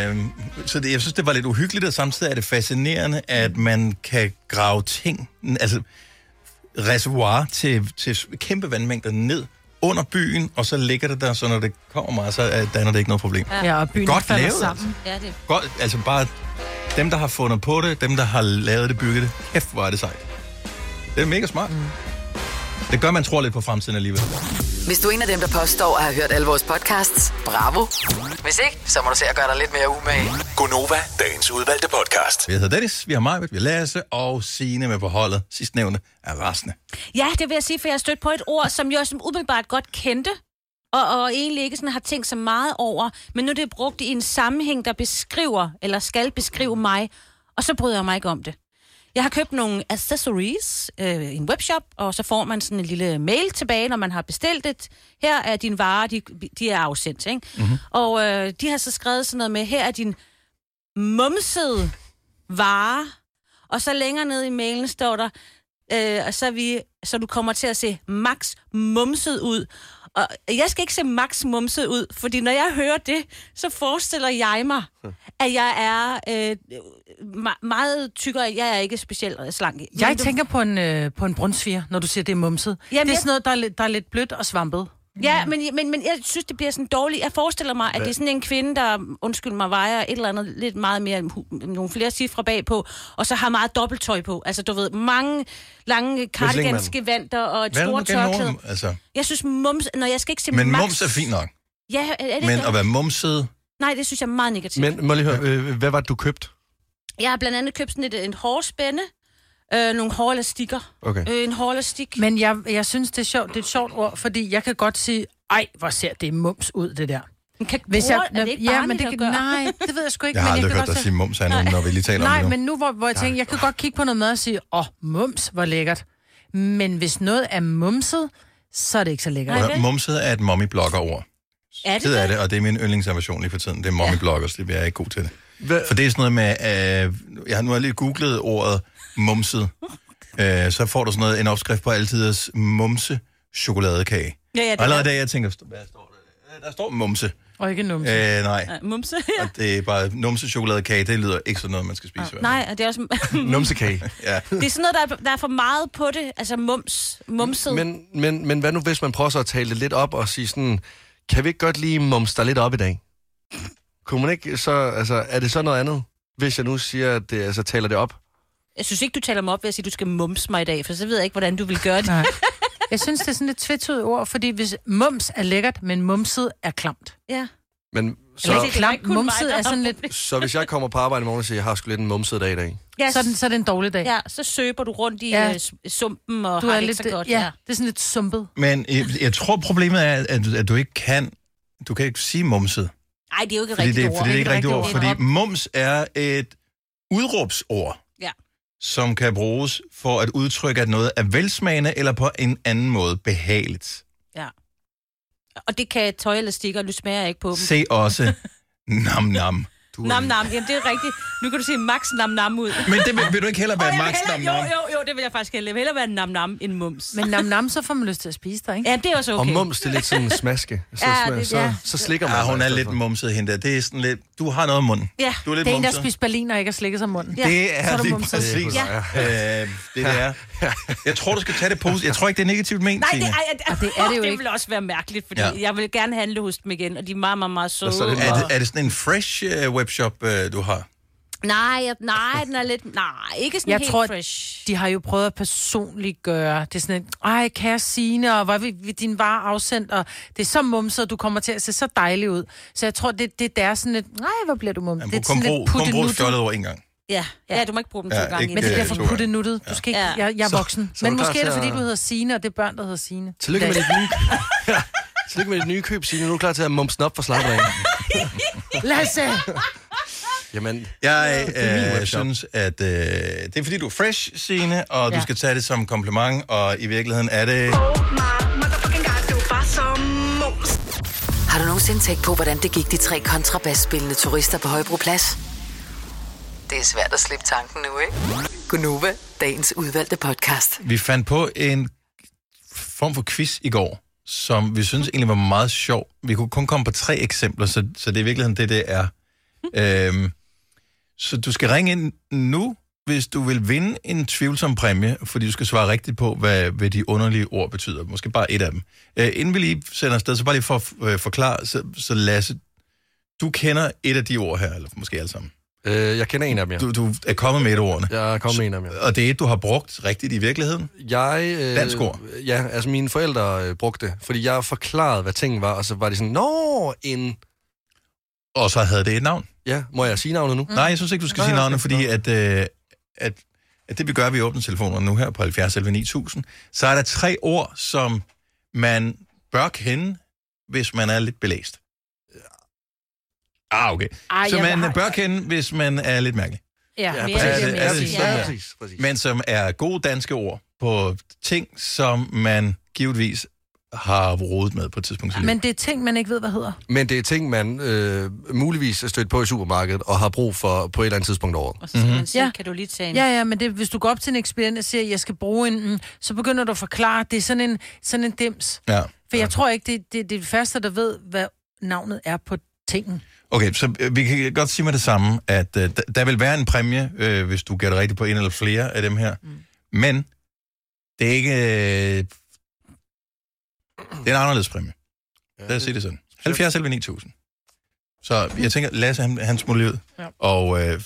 S1: øh, så det, jeg synes, det var lidt uhyggeligt, og samtidig er det fascinerende, at man kan grave ting, altså reservoir til, til kæmpe vandmængder ned under byen, og så ligger det der, så når det kommer meget, så øh, danner det ikke noget problem.
S3: Ja, og byen
S1: Godt
S3: falder
S1: lavet, altså.
S3: sammen.
S4: Ja, det.
S1: Godt, altså bare dem, der har fundet på det, dem, der har lavet det, bygget det, kæft, hvor er det sejt. Det er mega smart. Mm. Det gør, man tror lidt på fremtiden alligevel.
S5: Hvis du er en af dem, der påstår at have hørt alle vores podcasts, bravo. Hvis ikke, så må du se at gøre dig lidt mere umage.
S11: Gonova, dagens udvalgte podcast.
S1: Vi hedder Dennis, vi har Majbet, vi har Lasse og Signe med på holdet. Sidstnævne er rasende.
S4: Ja, det vil jeg sige, for jeg har stødt på et ord, som jeg som umiddelbart godt kendte, og, og egentlig ikke sådan har tænkt så meget over, men nu er det brugt i en sammenhæng, der beskriver, eller skal beskrive mig, og så bryder jeg mig ikke om det. Jeg har købt nogle accessories øh, i en webshop, og så får man sådan en lille mail tilbage, når man har bestilt det. Her er dine varer, de, de er afsendt, ikke? Mm-hmm. Og øh, de har så skrevet sådan noget med, her er din mumsede vare, og så længere ned i mailen står der, øh, og så, er vi, så du kommer til at se max mumset ud. Og jeg skal ikke se max mumset ud, fordi når jeg hører det, så forestiller jeg mig, at jeg er øh, me- meget tykkere. Jeg er ikke specielt slank.
S3: Jeg
S4: Men du-
S3: tænker på en, øh, på en brunsviger, når du siger, det er mumset.
S4: Jamen,
S3: Jamen, det er
S4: jeg-
S3: sådan noget, der er, lidt- der er lidt blødt og svampet.
S4: Ja, men, men, men jeg synes, det bliver sådan dårligt. Jeg forestiller mig, at
S3: Hvad?
S4: det er sådan en kvinde, der, undskyld mig, vejer et eller andet lidt meget mere, hu- nogle flere cifre bagpå, og så har meget dobbelttøj på. Altså, du ved, mange lange cardiganskevanter og et
S1: Hvad er der nu
S4: stort
S1: gennem
S4: tørklæde.
S1: ordet? Altså,
S4: Jeg synes mums... Når jeg skal ikke se
S1: men
S4: max...
S1: mums er fint nok.
S4: Ja, er det
S1: Men
S4: ikke-
S1: at være mumset...
S4: Nej, det synes jeg er meget negativt.
S2: Men må jeg lige høre, øh, hvad var det, du købte?
S4: Jeg har blandt andet købt sådan et, en hårspænde, øh, nogle hårelastikker.
S2: Okay.
S4: Øh, en hårlastik.
S3: Men jeg, jeg synes, det er, sjovt, det er et sjovt ord, fordi jeg kan godt sige, ej, hvor ser det mums ud, det der.
S4: Kan,
S1: ord, er det ikke
S3: ja, men
S1: barnligt
S3: det
S1: at
S3: kan,
S1: gøre?
S3: nej, det ved jeg sgu ikke.
S1: Jeg har
S3: men
S1: aldrig
S3: kan godt
S1: hørt dig
S3: se-
S1: sige mums andet, når vi lige taler
S3: Nej,
S1: om det
S3: men
S1: nu.
S3: nu hvor, hvor jeg tænker, jeg kan godt kigge på noget mad og sige, åh, mums, hvor lækkert. Men hvis noget er mumset, så er det ikke så lækkert.
S1: Hør, Mumset er et mommy-blogger-ord.
S4: Er
S1: Det er det, og det er min yndlingsaversion lige for tiden. Det er mommy-bloggers, det bliver jeg ikke god til det.
S2: Hvad?
S1: For det er sådan noget med... Øh, jeg har nu har jeg lige googlet ordet mumset. Øh, så får du sådan noget, en opskrift på altiders mumse chokoladekage.
S4: Ja, ja, det
S1: og allerede
S4: er-
S1: der, jeg tænker, hvad står der? Øh, Der står mumse.
S3: Og ikke numse.
S1: Øh, nej.
S4: Øh, mumse, ja.
S1: Og det er bare numse chokoladekage, det lyder ikke sådan noget, man skal spise. hver
S4: Nej, og det er også...
S1: dag.
S2: Numsekage.
S1: ja.
S4: det er sådan noget, der er, der er for meget på det. Altså mums, mumset.
S2: Men, men, men hvad nu, hvis man prøver så at tale det lidt op og sige sådan, kan vi ikke godt lige momse dig lidt op i dag? Kunne man ikke så, altså, er det så noget andet, hvis jeg nu siger, at det, altså, taler det op?
S4: Jeg synes ikke, du taler mig op ved at sige, at du skal mumse mig i dag, for så ved jeg ikke, hvordan du vil gøre det.
S3: Nej. Jeg synes, det er sådan et tvetydigt ord, fordi hvis mums er lækkert, men mumset er klamt.
S4: Ja.
S2: Men
S3: Så,
S2: så,
S3: Eller klamt.
S4: kun mig, der
S3: Mumset er
S4: har
S3: sådan lidt...
S2: så hvis jeg kommer på arbejde i morgen og siger, jeg har sgu lidt en mumset dag i dag.
S4: Ja,
S3: så, er den, så er det en dårlig dag.
S4: Ja, så søber du rundt i
S3: Ja.
S4: ja. sumpen og
S3: Du
S4: du har
S3: er
S4: det
S3: lidt,
S4: ikke så godt.
S3: ja, det er sådan lidt sumpet.
S1: Men jeg, jeg tror, problemet er, at, at du ikke kan... Du kan ikke sige mumset.
S4: Nej, det er jo ikke
S1: Fordi
S4: rigtigt
S1: det,
S4: ord.
S1: fordi det er ikke rigtigt ord.
S4: Det er
S1: Fordi
S4: et op-
S1: mums er et udråbsord.
S4: Ja.
S1: som kan bruges for at udtrykke, at noget er velsmagende eller på en anden måde behageligt.
S4: Ja. Og det kan tøjelastikker, og du smager ikke på dem.
S1: Se også nam nam. Du er-
S4: Nam nam, jamen det er rigtigt. Nu kan du se max nam nam ud.
S1: Men det vil, vil du ikke hellere være
S4: Åh, jeg vil
S1: Max nam
S4: hellere-
S1: nam?
S4: Jo, jo, jo, det vil jeg faktisk hellere. Jeg vil hellere være en nam nam end mums.
S8: Men nam nam, så får man lyst til at spise dig, ikke?
S4: Ja, det er også
S2: Okay.
S4: okay.
S2: Og mums, det er lidt sådan en smaske. Så,
S8: Ja,
S2: ja,
S8: det-
S2: det, så,
S8: ja.
S2: ja. så slikker man.
S1: Ja,
S2: sig
S1: Ah, hun er
S2: i stedet
S1: lidt
S2: for.
S1: mumset hende der. Det er sådan lidt, du har noget i munden.
S4: Ja,
S1: du er lidt
S8: det er en, der
S1: mumset.
S8: spiser berliner og ikke har slikket sig i munden.
S1: Det er,
S8: så
S1: lige
S8: mumset.
S1: præcis,
S8: Ja.
S1: ja. øh, det, det er. Jeg tror, du skal tage det positivt. Jeg tror ikke, det er negativt ment,
S4: Nej, det,
S1: Signe.
S4: ej, ej,
S8: Og det er det jo
S4: det
S8: ikke.
S4: vil også være mærkeligt, fordi
S1: Ja.
S4: ja. jeg vil gerne handle hos dem igen, og de er meget, meget, meget søde.
S1: er,
S4: og-
S1: det, er det sådan en fresh uh, webshop, uh, du har?
S4: Nej, jeg, nej, den er lidt... Nej, ikke sådan
S8: Jeg
S4: helt
S8: tror,
S4: fresh.
S8: de har jo prøvet at personligt gøre. Det er sådan et, ej, kære Signe, og hvor vil, vil din vare afsendt, og det er så mumset, og du kommer til at se så dejlig ud. Så jeg tror, det, det der er sådan et, nej, hvor bliver du mumset?
S1: Jamen,
S8: Det er
S1: kun
S8: sådan
S1: brug,
S8: lidt
S1: kun brug
S8: puttenuttet.
S1: fjollet over en gang.
S4: Ja. ja, du må ikke bruge dem to
S1: Ja,
S4: gange.
S1: ikke,
S4: i
S8: Men det
S4: dag.
S8: bliver
S1: øh,
S8: for
S1: to gange.
S8: puttenuttet. Du skal ikke,
S4: Ja.
S8: jeg, jeg er
S4: Så-
S8: voksen.
S4: så
S2: er
S8: Men
S2: du klar
S8: måske er det,
S2: til at-
S8: fordi du hedder Signe, og det er børn, der hedder Signe.
S2: Tillykke med
S8: I
S2: dit
S8: dag.
S2: nye... Tillykke med dit nye køb, Signe. Nu er du klar til at mumse den op for slapper
S8: Lasse!
S2: Jamen,
S1: Jeg
S2: det er min
S1: øh,
S2: webshop.
S1: synes, at øh, det er fordi, du er fresh, Signe, og ja.
S14: Ja.
S1: du skal tage det som kompliment, og i virkeligheden er det...
S5: Har du nogensinde tænkt på, hvordan det gik de tre kontrabasspillende turister på Højbroplads? Det er svært at slippe tanken nu, ikke? Gunova, dagens udvalgte podcast.
S1: Vi fandt på en form for quiz i går, som vi synes egentlig var meget sjov. Vi kunne kun komme på tre eksempler, så, så det er i virkeligheden det, det er. Øhm, så du skal ringe ind nu, hvis du vil vinde en tvivlsom præmie, fordi du skal svare rigtigt på, hvad, hvad de underlige ord betyder. Måske bare et af dem. Øh, inden vi lige sender afsted, så bare lige for at øh, forklare, så, så Lasse, du kender et af de ord her, eller måske alle sammen.
S2: Øh, jeg kender en af dem, ja.
S1: Du, du er kommet med et af ordene.
S2: Jeg er kommet med en af dem, ja.
S1: Og det er et, du har brugt rigtigt i virkeligheden?
S2: Jeg... Øh,
S1: Dansk ord.
S2: Ja, altså mine forældre øh, brugte det, fordi jeg forklarede, hvad ting var, og så var de sådan, nå, en...
S1: Og så havde det et navn.
S2: Ja, må jeg sige
S8: Mm.
S2: navnet nu?
S1: Nej, Mm. jeg synes ikke, du skal sige navnet, fordi at, øh, at, at det vi gør, at vi åbner telefonerne nu her på 70 11 9000, så er der tre ord, som man bør kende, hvis man er lidt belæst. Ah, okay.
S8: Ej,
S1: Ej, så
S8: jeg
S1: man
S8: har-
S1: bør kende, hvis man er lidt mærkelig.
S8: Ja,
S1: Ja,
S8: mere
S1: præcis.
S8: det,
S1: Er det- er
S8: mere
S1: det
S8: det.
S1: sådan
S8: Ja, ja.
S1: der? Men som er gode danske ord på ting, som man givetvis har rodet med på et tidspunkt. i livet.
S8: Men det er ting, man ikke ved, hvad hedder.
S2: Men det er ting, man øh, muligvis er stødt på i supermarkedet, og har brug for på et eller andet tidspunkt over.
S1: Mhm.
S4: Mm-hmm. Sådan, kan du lige tage en?
S8: Ja, ja, men det, hvis du går op til en ekspedient og siger, at jeg skal bruge en, mm, så begynder du at forklare, det er sådan en, sådan en dims.
S1: Ja.
S8: For jeg tror ikke, det, det, det er de første, der ved, hvad navnet er på tingen.
S1: Okay, så øh, vi kan godt sige med det samme, at øh, d- der vil være en præmie, øh, hvis du gætter rigtigt på en eller flere af dem her. Mm. Men det er ikke... Øh, det er en anderledes præmie. Ja, Lad os sige det sådan. 70 eller 9000. Så jeg tænker, Lasse han, han smutter lige ud
S8: Ja.
S1: og, øh,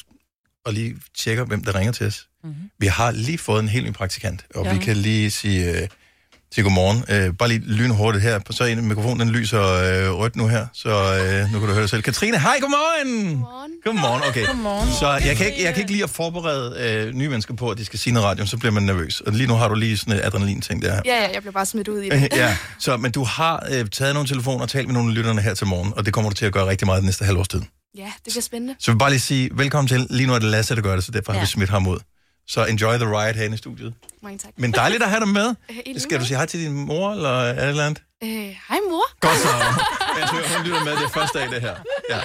S1: og lige tjekker, hvem der ringer til os.
S8: Mhm.
S1: Mm-hmm. Vi har lige fået en helt ny praktikant, og
S8: Ja.
S1: ja. vi kan lige sige... Øh, sige godmorgen. Øh, bare lige lynhurtigt her. Så en mikrofonen den lyser øh, rødt nu her, så øh, nu kan du høre det selv. Katrine, hej, godmorgen! Godmorgen. Godmorgen, okay.
S8: Godmorgen.
S1: Så jeg kan, ikke, jeg kan ikke lide at forberede øh, nye mennesker på, at de skal sige noget radio, så bliver man nervøs. Og lige nu har du lige sådan et adrenalin-ting der.
S18: Ja, ja, jeg blev bare smidt ud i det.
S1: Øh, ja, så, men du har øh, taget nogle telefoner og talt med nogle af lytterne her til morgen, og det kommer du til at gøre rigtig meget den næste halvårs tid.
S18: ja, det bliver spændende.
S1: Så jeg vil bare lige sige, velkommen til. Lige nu er det Lasse, der gør det, så derfor ja. har
S18: Ja.
S1: vi smidt ham ud. Så enjoy the ride herinde i studiet.
S18: Mange tak.
S1: Men dejligt at have dig med.
S18: Øh, i lige
S1: Skal du
S18: måde.
S1: sige hej til din mor eller et eller andet?
S18: Øh, hej mor.
S1: Godt så. Jeg tror, hun lytter med. Det er første dag, det her. Ja,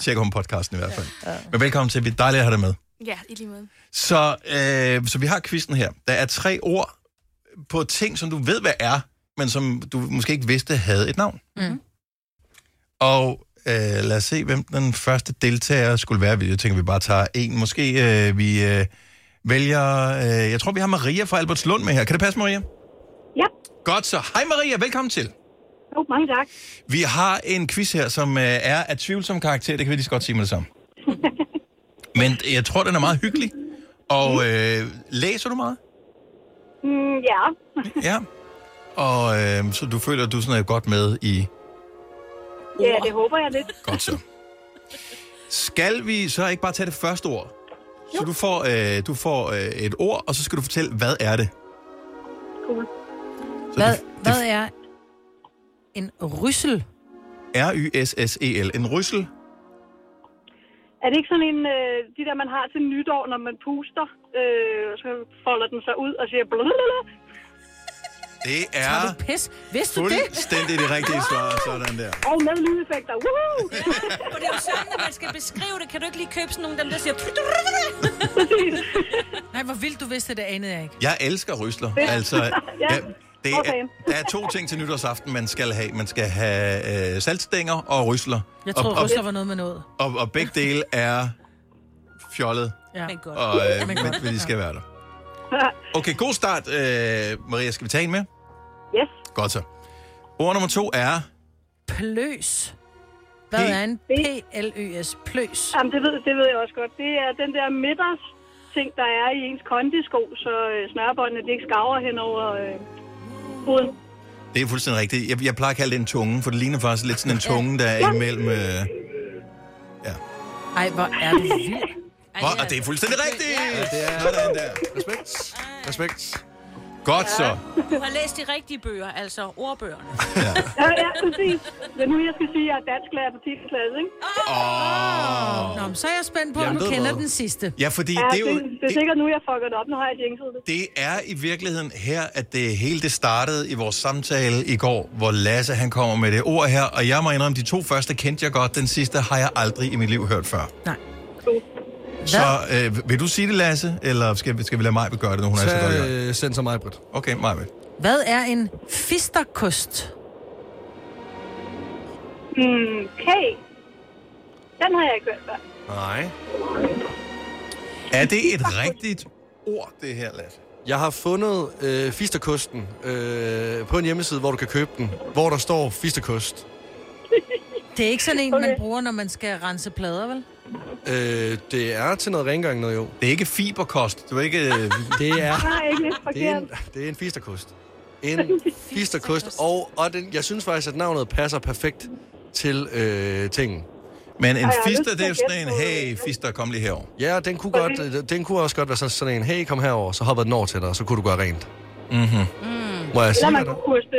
S1: tjekker hun podcasten i hvert fald. Men velkommen til. Vi er dejligt at have dig med.
S18: Ja, i lige måde.
S1: Så, øh, så vi har quizzen her. Der er tre ord på ting, som du ved, hvad er, men som du måske ikke vidste havde et navn.
S8: Mm.
S1: Og øh, lad os se, hvem den første deltager skulle være. Jeg tænker, vi bare tager en. Måske øh, vi øh, vælger... Øh, jeg tror, vi har Maria fra Albertslund med her. Kan det passe, Maria?
S7: Ja.
S1: Godt så. Hej Maria, velkommen til.
S7: Jo, mange tak.
S1: Vi har en quiz her, som øh, er af tvivlsom karakter. Det kan vi lige så godt sige med det samme. Men jeg tror, den er meget hyggelig. Og øh, læser du meget?
S7: Mm, ja.
S1: Ja. Og øh, så du føler, at du sådan er godt med i...
S7: ja, det håber jeg lidt.
S1: Godt så. Skal vi så ikke bare tage det første ord? Så du får, øh, du får øh, et ord, og så skal du fortælle, hvad er det?
S7: Cool.
S8: Hvad, hvad er en ryssel?
S1: E R-Y-S-S-E-L. En ryssel.
S16: Er det ikke sådan en, øh, de der, man har til nytår, når man puster, øh, så folder den sig ud og siger blablabla?
S1: Det er
S3: Pis, vidste du det?
S1: fuldstændig det rigtige svar, sådan der.
S16: Og med lydeffekter, woohoo!
S4: For det er jo sådan, at man skal beskrive det. Kan du ikke lige købe sådan nogle af dem, der siger...
S8: Nej, hvor vildt du vidste det, anede jeg ikke.
S1: Jeg elsker rysler.
S8: Fedt.
S1: Altså,
S8: Ja,
S1: ja, det
S8: okay.
S1: er, der er to ting til nytårsaften, man skal have. Man skal have øh, saltstænger og rysler.
S8: Jeg tror,
S1: og,
S8: rysler var noget med noget.
S1: og, og, og begge dele er fjollet.
S8: Ja. Men
S1: Godt. Og, øh, men, men de skal være der. Okay, god start, øh, Maria. Skal vi tage en med?
S16: Yes.
S1: Godt så. Ord nummer to er...
S8: Pløs. Hvad er en P-L-Ø-S? Pløs.
S16: Jamen, det ved, det ved jeg også godt. Det er den der middags ting, der er i ens kondisko, så øh, snørbåndene de ikke skaver hen over øh, huden.
S1: Det er fuldstændig rigtigt. Jeg, jeg plejer at kalde det en tunge, for det ligner faktisk lidt sådan en tunge, der er imellem... Øh,
S8: Ej, hvor er du vild.
S1: og, og det er fuldstændig rigtigt!
S2: Ja, det er-
S1: Sådan der.
S2: Respekt. Respekt.
S1: Godt så.
S4: Du har læst de rigtige bøger, altså ordbøgerne.
S16: Ja, ja, præcis. Det er nu, jeg skal sige, at jeg er dansklærer på 10. klasse, ikke?
S1: Åh.
S8: Nå, men så er jeg spændt på, om
S1: Jamen,
S8: du
S1: ved
S8: kender
S1: hvad?
S8: den sidste.
S1: Ja, fordi
S16: Ja,
S1: det er jo...
S16: det, det, er sikkert nu, jeg fucker det op. Nu har jeg jinxet det.
S1: Det er i virkeligheden her, at det hele det startede i vores samtale i går, hvor Lasse han kommer med det ord her, og jeg må indrømme, de to første kendte jeg godt, den sidste har jeg aldrig i mit liv hørt før.
S8: Nej.
S1: Så øh, vil du sige det, Lasse, eller skal, skal vi lade mig gøre det, når hun er så godt i gang?
S2: Øh, send så mig, Britt.
S1: Okay, mig med.
S8: Hvad er en fisterkost?
S16: Mm, kage. Den har jeg ikke hørt før.
S1: Nej. Er det et rigtigt ord, det her, Lasse?
S2: Jeg har fundet øh, fisterkosten øh, på en hjemmeside, hvor du kan købe den, hvor der står fisterkost.
S8: Det er ikke sådan en, man bruger, når man skal rense plader, vel?
S2: Øh, det er til noget rengøring noget, jo.
S1: Det er ikke fiberkost. Det er ikke... øh,
S2: det er...
S16: Nej, ikke lidt
S2: Det er
S16: forkert.
S2: en, det er en fisterkost. En fisterkost. Og, og den, jeg synes faktisk, at navnet passer perfekt til øh, tingen.
S1: Men en fister, det er jo sådan en, hey, fister, kom lige herover.
S2: Ja, den kunne, godt, den kunne også godt være sådan, sådan en, hey, kom herover, så hoppede den over til dig, og så kunne du gøre rent.
S1: Mm-hmm.
S2: Må jeg sige
S16: Eller man
S2: dig det?
S16: kunne koste,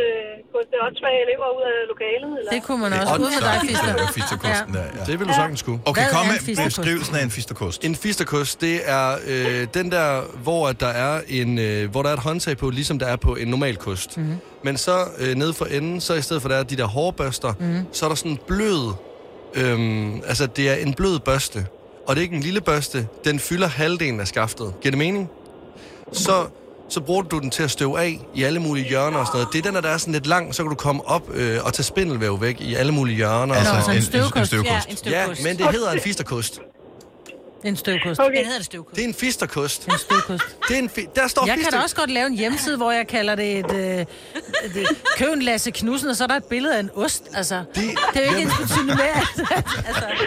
S16: koste åndssvage elever ud af lokalet. Eller? Det
S8: kunne man
S2: også. Ud med dig, Fister.
S1: Fisterkosten der, ja.
S2: Det vil du sagtens kunne.
S1: Okay, kom med beskrivelsen af en fisterkost.
S2: En fisterkost, det er øh, den der, hvor at der er en, øh, hvor der er et håndtag på, ligesom der er på en normal kost.
S8: Mhm.
S2: Mm-hmm. Men så øh, nede for enden, så i stedet for der er de der hårbørster,
S8: Mhm.
S2: mm-hmm. så er der sådan en blød, øhm, altså det er en blød børste. Og det er ikke en lille børste, den fylder halvdelen af skaftet. Giver det mening? Så, så bruger du den til at støve af i alle mulige hjørner og sådan noget. Det er den, der, der er sådan lidt lang, så kan du komme op øh, og tage spindelvæv væk i alle mulige hjørner.
S1: Altså
S2: og
S1: Nå, så en
S2: sådan.
S1: en- en støvkost. en støvkost.
S8: Ja, en
S2: Ja,
S8: støvkost.
S2: men det hedder en fisterkost.
S8: En støvkost.
S16: Okay.
S8: Den hedder en støvkost.
S2: Det er en fisterkost.
S8: En støvkost.
S2: Det er en fi- der står
S8: jeg kan da
S2: fister-
S8: også godt lave en hjemmeside, hvor jeg kalder det et, øh, et, et køb en Lasse Knudsen, og så er der et billede af en ost. Altså, det, det er jo ikke
S2: Jamen.
S8: ens betydende med, Altså. at-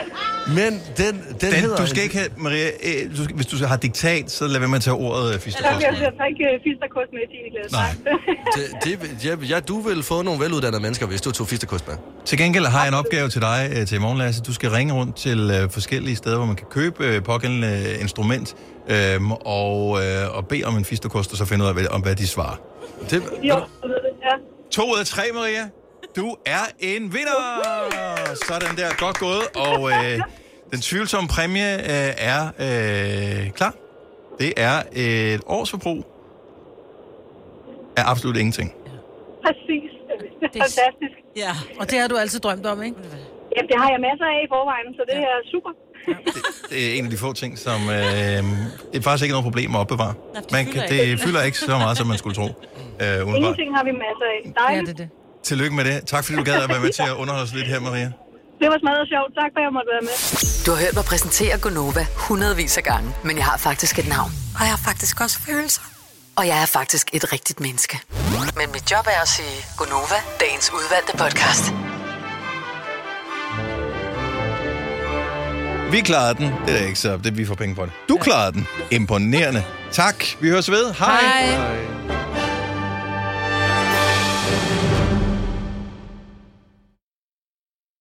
S2: Men den, den,
S1: Den,
S2: hedder...
S1: du skal ikke have, Maria, øh, du skal, hvis du har diktat, så lad være med at tage ordet øh,
S16: Eller
S1: fisterkost.
S16: jeg bliver ikke øh, fisterkost med i 10. klasse.
S1: Nej.
S2: Det, det, ja, ja, du vil få nogle veluddannede mennesker, hvis du tog fisterkost med.
S1: Til gengæld har jeg en opgave til dig øh, til i morgen, Lasse. Du skal ringe rundt til øh, forskellige steder, hvor man kan købe øh, pågældende øh, instrument, øh, og, øh, og bede om en fisterkost, og så finde ud af, hvad, om hvad de svarer.
S2: Det,
S16: Jo, jeg ved det, ja.
S1: To ud af tre, Maria. Du er en vinder! Sådan der, godt gået. Og øh, den tvivlsomme præmie øh, er øh, klar. Det er et års forbrug af absolut ingenting.
S16: Præcis. Det er fantastisk.
S4: Ja.
S8: Og det har du altid drømt om, ikke?
S16: Jamen, det har jeg masser af i forvejen, så det er super.
S1: Det er en af de få ting, som øh, det er faktisk ikke noget problem at opbevare.
S16: det
S1: Man
S16: fylder
S1: kan,
S16: ikke.
S1: det fylder ikke så meget, som man skulle tro. Øh, umiddelbart.
S16: Ingenting har vi masser af. Dejligt. Ja, det,
S8: det.
S1: Tillykke med det. Tak fordi du gad at være med til at underholde os lidt her, Maria.
S16: det var smadret sjovt. Tak for, at jeg måtte være med.
S5: Du har hørt mig præsentere Gonova hundredvis af gange, men jeg har faktisk et navn.
S14: Og jeg har faktisk også følelser.
S5: Og jeg er faktisk et rigtigt menneske. Men mit job er at sige Gonova, dagens udvalgte podcast.
S1: Vi klarede den. Det er da ikke så, det vi får penge for det. Du klarede den. Imponerende. Tak. Vi høres ved. Hej.
S8: Hej.
S1: Hej.